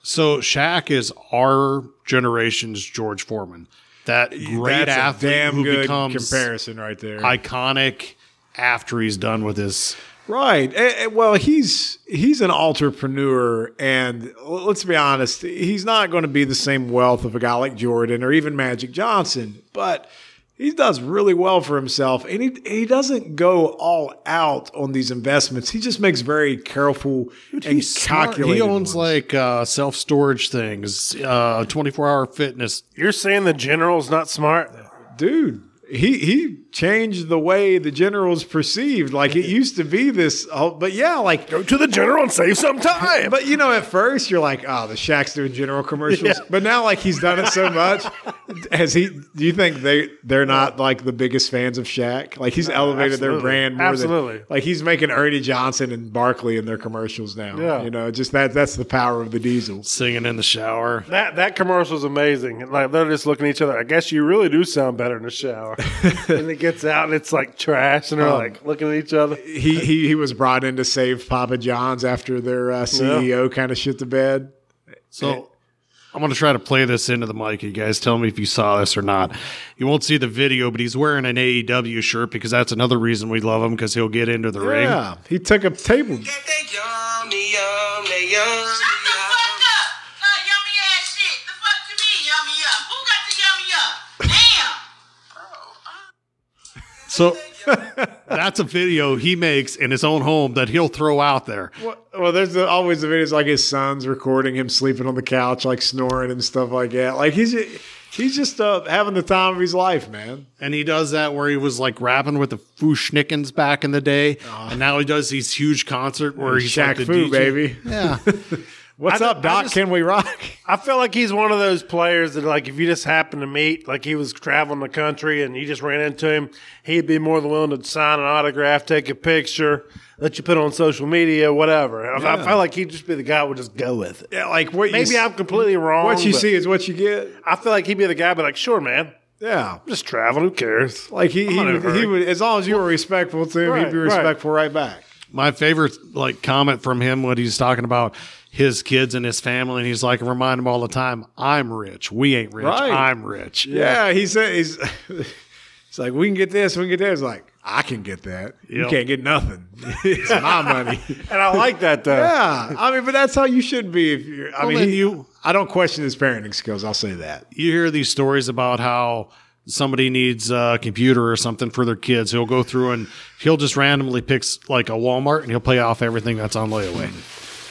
Speaker 3: So Shaq is our generation's George Foreman. That great
Speaker 1: That's
Speaker 3: athlete
Speaker 1: a damn
Speaker 3: who
Speaker 1: good
Speaker 3: becomes
Speaker 1: comparison right there.
Speaker 3: iconic after he's done with his.
Speaker 1: Right. Eh, eh, Well, he's he's an entrepreneur, and l- let's be honest, he's not going to be the same wealth of a guy like Jordan or even Magic Johnson, but he does really well for himself, and he he doesn't go all out on these investments. He just makes very careful and calculated.
Speaker 3: He owns
Speaker 1: ones.
Speaker 3: like uh, self storage things, twenty four hour fitness.
Speaker 2: You're saying the general's not smart?
Speaker 1: dude he he changed the way the generals perceived like it used to be this oh, but yeah like
Speaker 2: Go to the general and save some time.
Speaker 1: but you know at first you're like oh the Shaq's doing general commercials but now like he's done it so much has he do you think they they're not like the biggest fans of Shaq like he's elevated their
Speaker 2: absolutely.
Speaker 1: brand more
Speaker 2: Absolutely.
Speaker 1: than like he's making Ernie Johnson and Barkley in their commercials now
Speaker 2: Yeah.
Speaker 1: you know just that that's the power of the diesel
Speaker 3: Singing in the shower.
Speaker 2: That that commercial's amazing. Like they're just looking at each other. I guess you really do sound better in
Speaker 1: (laughs)
Speaker 2: the shower. and it gets out and it's like trash,
Speaker 1: Um,
Speaker 2: and they're like looking at each other.
Speaker 1: he he he was brought in to save Papa John's after their uh, CEO kind of shit the bed
Speaker 3: So I'm going to try to play this into the mic. You guys tell me if you saw this or not. You won't see the video, but he's wearing an AEW shirt because that's another reason we love him because he'll get into the ring.
Speaker 1: Yeah, he took a table.
Speaker 4: Get that yummy, yummy, yummy.
Speaker 5: Shut the fuck up! Uh, yummy ass shit. The fuck you mean yummy up? Who got the yummy up? Damn.
Speaker 3: So (laughs) that's a video he makes in his own home that he'll throw out there.
Speaker 1: Well, well, there's the, always the videos like his son's recording him sleeping on the couch, like snoring and stuff like that. Like he's He's just uh, having the time of his life, man.
Speaker 3: And he does that where he was like rapping with the Fushnikins back in the day, and now he does these huge concert where he's
Speaker 1: Uh-huh. Shaq
Speaker 3: like the
Speaker 1: Fu,
Speaker 3: DJ.
Speaker 1: baby.
Speaker 3: Yeah,
Speaker 1: (laughs) What's
Speaker 2: I-
Speaker 1: up,
Speaker 2: I
Speaker 1: Doc?
Speaker 2: just-
Speaker 1: Can we rock?
Speaker 2: I feel like he's one of those players that, like, if you just happen to meet, like, he was traveling the country and you just ran into him, he'd be more than willing to sign an autograph, take a picture, let you put on social media, whatever. I- I felt like he'd just be the guy would just go with it.
Speaker 1: Yeah, like what?
Speaker 2: Maybe
Speaker 1: you,
Speaker 2: I'm completely wrong.
Speaker 1: what you
Speaker 2: but
Speaker 1: see is what you get.
Speaker 2: I feel like he'd be the guy, but like, sure, man, I'm
Speaker 1: Yeah,
Speaker 2: just traveling. Who cares?
Speaker 1: like he
Speaker 2: I'm
Speaker 1: he
Speaker 2: not in a
Speaker 1: would, he
Speaker 2: hurry.
Speaker 1: would as long as you were respectful to him, he'd
Speaker 2: Right,
Speaker 1: be
Speaker 2: right.
Speaker 1: respectful right, back.
Speaker 3: my favorite like comment from him when he's talking about his kids and his family, and he's like remind him all the time, "I'm rich. We ain't rich.
Speaker 1: Right.
Speaker 3: I'm rich."
Speaker 1: Yeah, he said he's. (laughs) It's like we can get this, we can get that. It's like I can get that. You
Speaker 3: Yep.
Speaker 1: can't get nothing. (laughs) it's my
Speaker 3: (laughs)
Speaker 1: money.
Speaker 2: And I like that though.
Speaker 1: Yeah, I mean, but that's how you should be. If you're, I
Speaker 3: Well,
Speaker 1: mean,
Speaker 3: then
Speaker 1: he-
Speaker 3: you-
Speaker 1: I don't question his parenting skills. I'll say that.
Speaker 3: you hear these stories about how somebody needs a computer or something for their kids. He'll go through and he'll just randomly picks like a Walmart and he'll play off everything that's on layaway.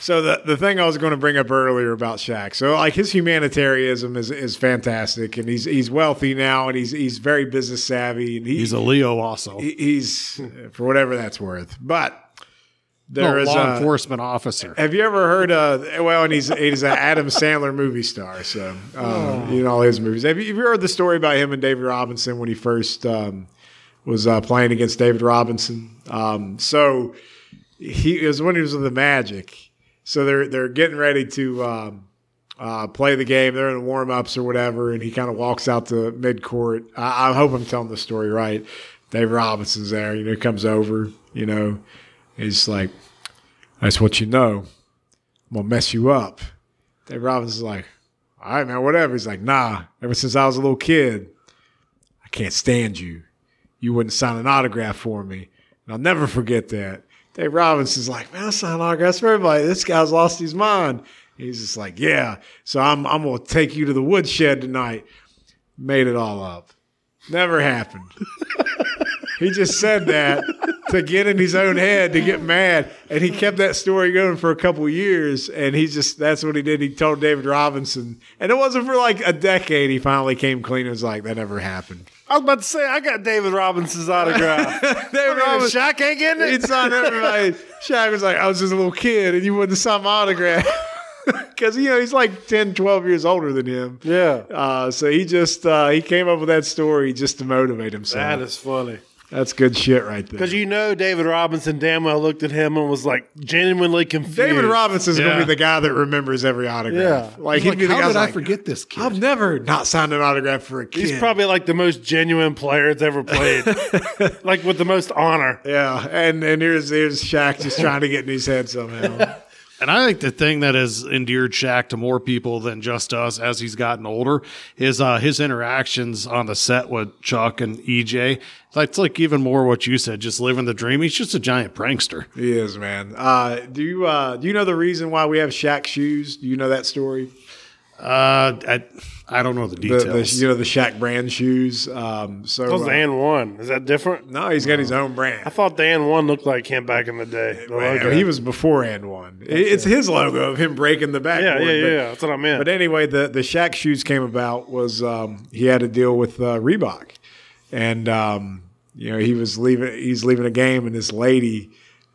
Speaker 1: So the the thing I was going to bring up earlier about Shaq. So like his humanitarianism is is fantastic, and he's he's wealthy now, and he's he's very business savvy, and he,
Speaker 3: He's a Leo also.
Speaker 1: he- he's for whatever that's worth. But
Speaker 3: No,
Speaker 1: there is
Speaker 3: law
Speaker 1: a,
Speaker 3: enforcement officer.
Speaker 1: Have you ever heard of? Well, and he's he's an Adam Sandler movie star, so um, you know all his movies. Have you, have you heard the story about him and David Robinson when he first um, was uh, playing against David Robinson? Um, so he it was when he was with the Magic. So they're they're getting ready to um, uh, play the game. They're in the warm ups or whatever, and he kind of walks out to mid court. I, I hope I'm telling the story right. Dave Robinson's there, you know, he comes over, you know, he's like, I just want you to know, I'm gonna mess you up. Dave Robinson's like, all right, man, whatever. He's like, nah, ever since I was a little kid, I can't stand you. You wouldn't sign an autograph for me. And I'll never forget that. Dave Robinson's like, man, I sign autographs for everybody. This guy's lost his mind. He's just like, yeah. So I'm, I'm going to take you to the woodshed tonight. Made it all up. Never happened. he just said that to get in his own head, to get mad. And he kept that story going for a couple of years. And he just, that's what he did. He told David Robinson. And it wasn't for like a decade. He finally came clean and was like, that never happened. (laughs)
Speaker 2: I was about to say I got David Robinson's autograph.
Speaker 1: David Robinson.
Speaker 2: Shaq ain't getting it.
Speaker 1: It's on everybody. Shaq was like, I was just a little kid and you wouldn't sign my autograph. (laughs) Because, you know, he's like 10, 12 years older than him.
Speaker 2: yeah,
Speaker 1: Uh, so he just, uh, he came up with that story just to motivate himself.
Speaker 2: that is funny.
Speaker 1: That's good shit right there.
Speaker 2: Because you know David Robinson damn well looked at him and was like genuinely confused.
Speaker 1: David Robinson's going
Speaker 3: Yeah.
Speaker 1: to be the guy that remembers every autograph.
Speaker 2: Yeah.
Speaker 1: Like, he'd be the guy
Speaker 3: how
Speaker 1: that's
Speaker 3: did I
Speaker 1: like,
Speaker 3: forget this kid?
Speaker 1: I've never not signed an autograph for a kid.
Speaker 2: He's probably like the most genuine player that's
Speaker 1: (laughs)
Speaker 2: ever played, like with the most honor.
Speaker 1: yeah, and and here's here's Shaq just trying to get in his head somehow.
Speaker 3: (laughs) And I think the thing that has endeared Shaq to more people than just us as he's gotten older is uh, his interactions on the set with Chuck and EJ. That's like even more what you said, just living the dream. He's just a giant prankster.
Speaker 1: he is, man. Uh, do you uh, do you know the reason why we have Shaq shoes? Do you know that story?
Speaker 3: Uh, I, I don't know the
Speaker 1: The,
Speaker 3: details.
Speaker 1: the you know the Shaq brand shoes. Um, so
Speaker 2: That was
Speaker 1: uh,
Speaker 2: the N one. Is that different?
Speaker 1: no, he's got his own
Speaker 2: Oh. I
Speaker 1: brand.
Speaker 2: thought the N one looked like him back in the day. The logo.
Speaker 1: He was before and one. It- It's his logo of him breaking the
Speaker 2: yeah,
Speaker 1: backboard.
Speaker 2: yeah, yeah.
Speaker 1: but-
Speaker 2: That's what I meant.
Speaker 1: But anyway, the the Shaq shoes came about was um, he had a deal with uh, Reebok, and um, you know he was leaving. He's leaving a game, and this lady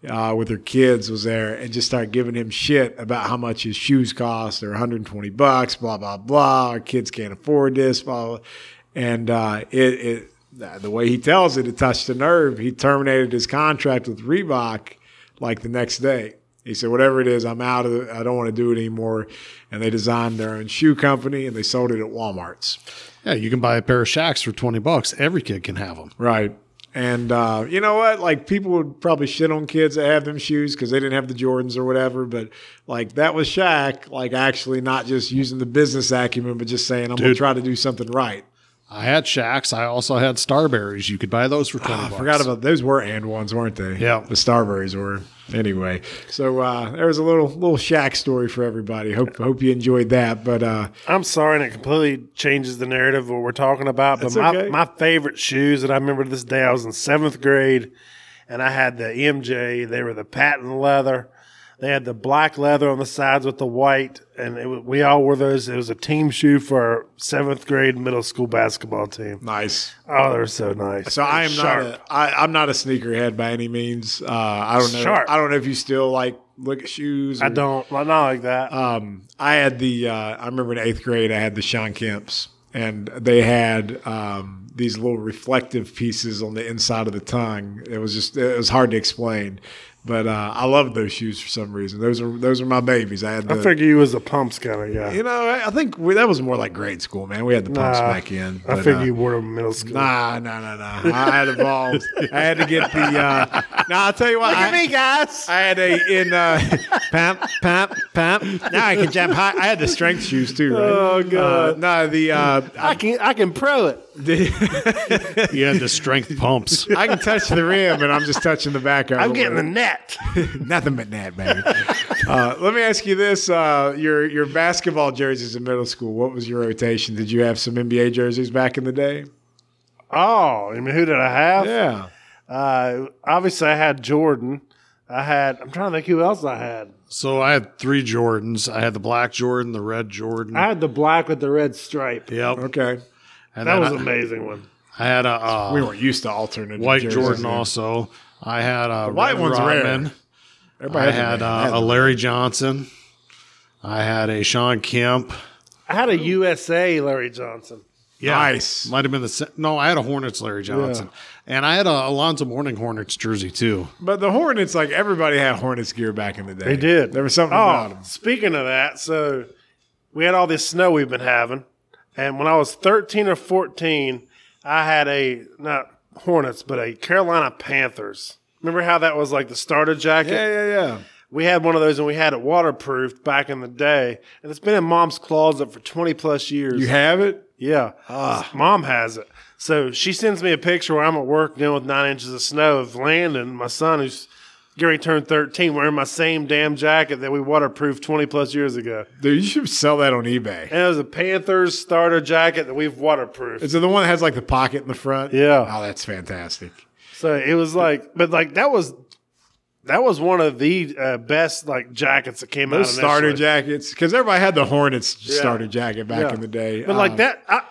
Speaker 1: uh, with her kids was there and just started giving him shit about how much his shoes cost. They're 120 bucks. Blah blah blah. Our kids can't afford this. Blah. blah. And uh, it, it the way he tells it, it touched a nerve. He terminated his contract with Reebok like the next day. He said, "Whatever it is, I'm out of. It. I don't want to do it anymore." And they designed their own shoe company, and they sold it at Walmart's.
Speaker 3: yeah, you can buy a pair of Shaqs for 20 bucks. Every kid can have them.
Speaker 1: Right. And uh, you know what? Like people would probably shit on kids that have them shoes because they didn't have the Jordans or whatever. But like that was Shaq, like actually not just using the business acumen, but just saying, "I'm going
Speaker 3: Dude.
Speaker 1: to try to do something right."
Speaker 3: I had Shaqs. I also had Starberries. You could buy those for 20
Speaker 1: Ah, I
Speaker 3: bucks.
Speaker 1: forgot about those were and ones, weren't they?
Speaker 3: Yeah.
Speaker 1: the Starberries were. Anyway, so uh, there was a little little Shaq story for everybody. Hope hope you enjoyed that. But uh,
Speaker 2: I'm sorry, and it completely changes the narrative of what we're talking about. But
Speaker 1: That's
Speaker 2: my,
Speaker 1: okay.
Speaker 2: my favorite shoes that I remember to this day, I E was in seventh grade, and I had the MJ. They were the patent leather. They had the black leather on the sides with the white, and it, wa- we all wore those. It was a team shoe for our seventh grade middle school basketball team.
Speaker 1: Nice.
Speaker 2: Oh, they're so nice.
Speaker 1: So I am not
Speaker 2: Sharp.
Speaker 1: a, I, I'm not a sneakerhead by any means. Uh, I don't know.
Speaker 2: Sharp.
Speaker 1: I don't know if you still like look at shoes.
Speaker 2: I
Speaker 1: or-
Speaker 2: don't. Not like that.
Speaker 1: Um, I had the uh, I remember in eighth grade I had the Sean Kemps, and they had um, these little reflective pieces on the inside of the tongue. It was just it was hard to explain, but uh, I loved those shoes for some reason. Those are those are my babies. I had the.
Speaker 2: I figure you was a pumps kind of guy.
Speaker 1: you know, I I think we, that was more like grade school, man. We had the pumps
Speaker 2: Nah,
Speaker 1: back in.
Speaker 2: I
Speaker 1: but,
Speaker 2: figure
Speaker 1: uh,
Speaker 2: you wore them in middle school.
Speaker 1: Nah, nah, nah, nah. I had evolved. I had to get the.
Speaker 2: (laughs)
Speaker 1: Uh, nah, I'll tell you what. I,
Speaker 2: guys.
Speaker 1: I had a in (laughs) uh, pamp pamp pamp. Now I can jump high. I had the strength shoes too. Right?
Speaker 2: Oh, God.
Speaker 1: Uh, no, the uh,
Speaker 2: I can I can pro it.
Speaker 3: (laughs) You had the strength pumps.
Speaker 1: I can touch the rim, and I'm just touching the back. of
Speaker 2: I'm
Speaker 1: it.
Speaker 2: getting the net.
Speaker 1: nothing but that, baby. uh, let me ask you this: uh, your your basketball jerseys in middle school. What was your rotation? Did you have some NBA jerseys back in the day?
Speaker 2: Oh, I mean, who did I have?
Speaker 1: Yeah,
Speaker 2: Uh, obviously, I had Jordan. I had. I'm trying to think who else I had.
Speaker 3: So I had three Jordans. I had the black Jordan, the red Jordan.
Speaker 2: I had the black with the red stripe.
Speaker 3: yep.
Speaker 1: okay.
Speaker 3: And
Speaker 2: That
Speaker 3: then
Speaker 2: was
Speaker 3: I-
Speaker 2: an amazing one.
Speaker 3: I had a uh,
Speaker 1: We weren't used to alternate
Speaker 3: white
Speaker 1: jerseys
Speaker 3: Jordan
Speaker 1: then.
Speaker 3: also. I had a
Speaker 1: white
Speaker 3: Red
Speaker 1: one's rare.
Speaker 3: Rodman.
Speaker 1: Everybody
Speaker 3: I had
Speaker 1: them.
Speaker 3: uh, a Larry Johnson. I had a Sean Kemp.
Speaker 2: I had a USA Larry Johnson.
Speaker 3: Yeah,
Speaker 1: Nice.
Speaker 3: Might have been the se- no. I had a Hornets Larry Johnson, and I had a Alonzo Mourning Hornets jersey too.
Speaker 1: But the Hornets, like everybody had Hornets gear back in the day.
Speaker 2: They did.
Speaker 1: There was something
Speaker 2: oh,
Speaker 1: about them.
Speaker 2: Speaking of that, so we had all this snow we've been having, and when I was thirteen or fourteen, I had a not Hornets, but a Carolina Panthers. Remember how that was like the starter jacket?
Speaker 1: Yeah, yeah, yeah.
Speaker 2: We had one of those, and we had it waterproofed back in the day, and it's been in mom's closet for twenty plus years.
Speaker 1: You ah. have it?
Speaker 2: Yeah. Mom has it. So she sends me a picture where I'm at work dealing with nine inches of snow of Landon, my son, who's Gary turned 13, wearing my same damn jacket that we waterproofed 20 plus years ago.
Speaker 1: Dude, you should sell that on eBay.
Speaker 2: And it was a Panthers starter jacket that we've waterproofed.
Speaker 1: Is it the one that has like the pocket in the front?
Speaker 2: Yeah.
Speaker 1: Oh, that's fantastic.
Speaker 2: So it was like, but like that was. That was one of the uh, best like jackets that came out.
Speaker 1: Those starter
Speaker 2: initially.
Speaker 1: jackets, because everybody had the Hornets starter jacket back
Speaker 2: Yeah.
Speaker 1: in the day.
Speaker 2: but like
Speaker 1: Um,
Speaker 2: that, I,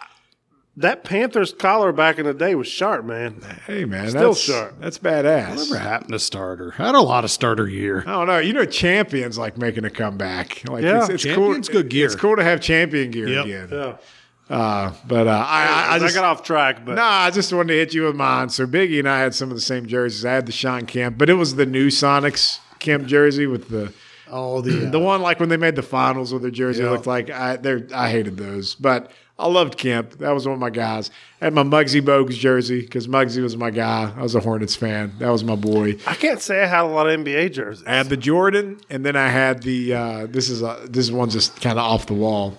Speaker 2: that Panthers collar back in the day was sharp, man.
Speaker 1: hey man,
Speaker 2: still
Speaker 1: that's
Speaker 2: sharp.
Speaker 1: that's badass.
Speaker 3: Whatever happened to starter? I had a lot of starter year.
Speaker 1: I don't know. You know, champions like making a comeback. Like
Speaker 2: Yeah.
Speaker 1: it's, it's
Speaker 3: Champion's
Speaker 1: cool.
Speaker 3: good gear.
Speaker 1: It's cool to have champion gear
Speaker 3: Yep.
Speaker 1: again.
Speaker 2: Yeah,
Speaker 1: Uh, but uh, I, I, I
Speaker 2: I,
Speaker 1: just
Speaker 2: got off track, but
Speaker 1: No, I just wanted to hit you with mine. So Biggie and I had some of the same jerseys. I had the Sean Kemp, but it was the new Sonics Kemp jersey with the
Speaker 3: Oh, the
Speaker 1: the uh, one like when they made the finals with their jersey
Speaker 3: Yeah.
Speaker 1: looked like I they I hated those, but I loved Kemp. That was one of my guys. I had my Muggsy Bogues jersey because Muggsy was my guy. I was a Hornets fan. That was my boy.
Speaker 2: I can't say I had a lot of NBA jerseys.
Speaker 1: I had the Jordan, and then I had the uh, this is a, this one just kind of off the wall,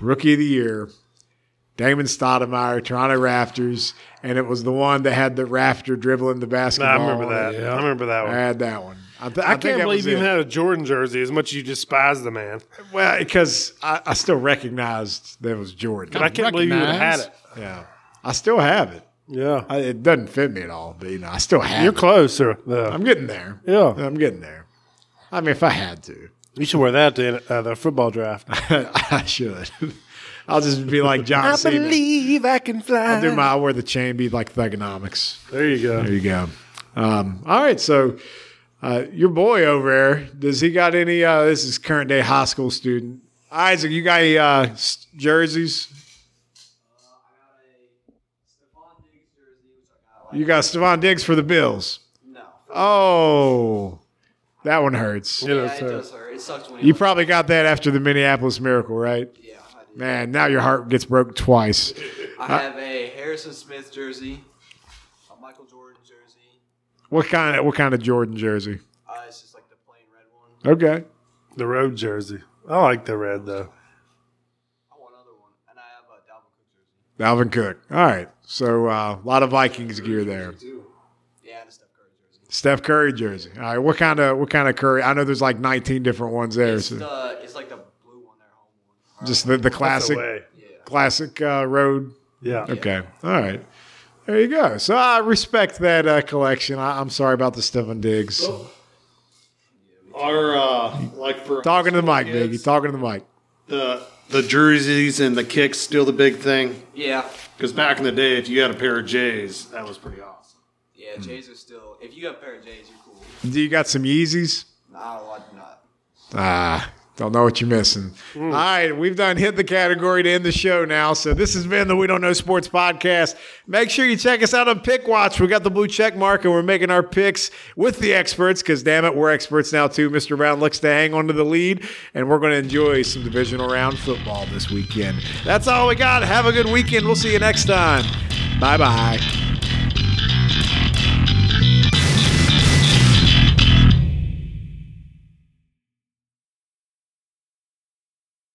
Speaker 1: rookie of the year, Damon Stoudemire, Toronto Raptors, and it was the one that had the rafter dribbling the
Speaker 2: No, I
Speaker 1: basketball.
Speaker 2: remember that. I remember that
Speaker 1: I
Speaker 2: one.
Speaker 1: had that one. I, th- I,
Speaker 2: I
Speaker 1: think
Speaker 2: can't
Speaker 1: that
Speaker 2: believe
Speaker 1: was
Speaker 2: you even
Speaker 1: it.
Speaker 2: had a Jordan jersey as much as you despise the man.
Speaker 1: Well, because I, I still recognized that it was Jordan.
Speaker 2: I can't believe you would have had
Speaker 3: Recognize.
Speaker 2: it.
Speaker 1: yeah, I still have it.
Speaker 2: Yeah.
Speaker 1: I, it doesn't fit me at all, but you know, I still have
Speaker 2: You're
Speaker 1: it.
Speaker 2: closer. though.
Speaker 1: I'm getting there.
Speaker 2: Yeah.
Speaker 1: I'm getting there. I mean, if I had to. (laughs)
Speaker 2: You should wear that to uh, the football draft.
Speaker 1: I should. (laughs) I'll just be like John Cena.
Speaker 2: I can fly.
Speaker 1: I'll do my I'll wear the chain be like thugonomics.
Speaker 2: there you go.
Speaker 1: There you go. Um, all right, so uh, your boy over there, does he got any? Uh, this is current day high school student Isaac. You got any uh, s- jerseys? You got Stephon Diggs for the Bills.
Speaker 6: No.
Speaker 1: Oh, that one hurts.
Speaker 2: You know,
Speaker 6: Yeah, it
Speaker 2: so-
Speaker 6: does hurt. It sucks when
Speaker 1: You probably got that after the Minneapolis Miracle, right?
Speaker 6: Yeah, I do.
Speaker 1: Man, now your heart gets broke twice.
Speaker 6: I have a Harrison Smith jersey, a Michael Jordan jersey.
Speaker 1: What kind of what kind of Jordan jersey?
Speaker 6: Uh, it's just like the plain red one.
Speaker 1: Okay.
Speaker 2: the road jersey. I like the red though.
Speaker 6: I want another one, and I have a Dalvin Cook jersey
Speaker 1: Dalvin Cook. All right. So uh, a lot of Vikings gear there.
Speaker 6: too. Yeah, and a Steph Curry jersey.
Speaker 1: Steph Curry jersey. All right. What kind of what kind of Curry? I know there's like 19 different ones there.
Speaker 6: It's
Speaker 1: So
Speaker 6: the it's like the blue one, their home one. Or-
Speaker 1: just the, the
Speaker 2: That's the
Speaker 1: classic
Speaker 2: way.
Speaker 6: yeah,
Speaker 1: classic uh, road.
Speaker 2: Yeah.
Speaker 1: Okay. All right. There you go. So I respect that uh, collection. I, I'm sorry about the Stephen Diggs.
Speaker 3: Our uh, uh, like for
Speaker 1: Talking to the mic,
Speaker 3: kids,
Speaker 1: Biggie. Talking to the mic.
Speaker 3: the the jerseys and the kicks still the big thing.
Speaker 6: Yeah.
Speaker 3: Because back in the day, if you had a pair of J's, that was pretty awesome.
Speaker 6: Yeah, Jays are still. If you got a pair of Jays, you're cool.
Speaker 1: Do you got some Yeezys?
Speaker 6: Nah, I do not.
Speaker 1: Ah, don't know what you're missing. All right, we've done hit the category to end the show now. So this has been the We Don't Know Sports podcast. Make sure you check us out on Pick Watch. We got the blue check mark, and we're making our picks with the experts because damn it, we're experts now too. Mr. Brown looks to hang on to the lead, and we're going to enjoy some divisional round football this weekend. That's all we got. Have a good weekend. We'll see you next time. Bye bye.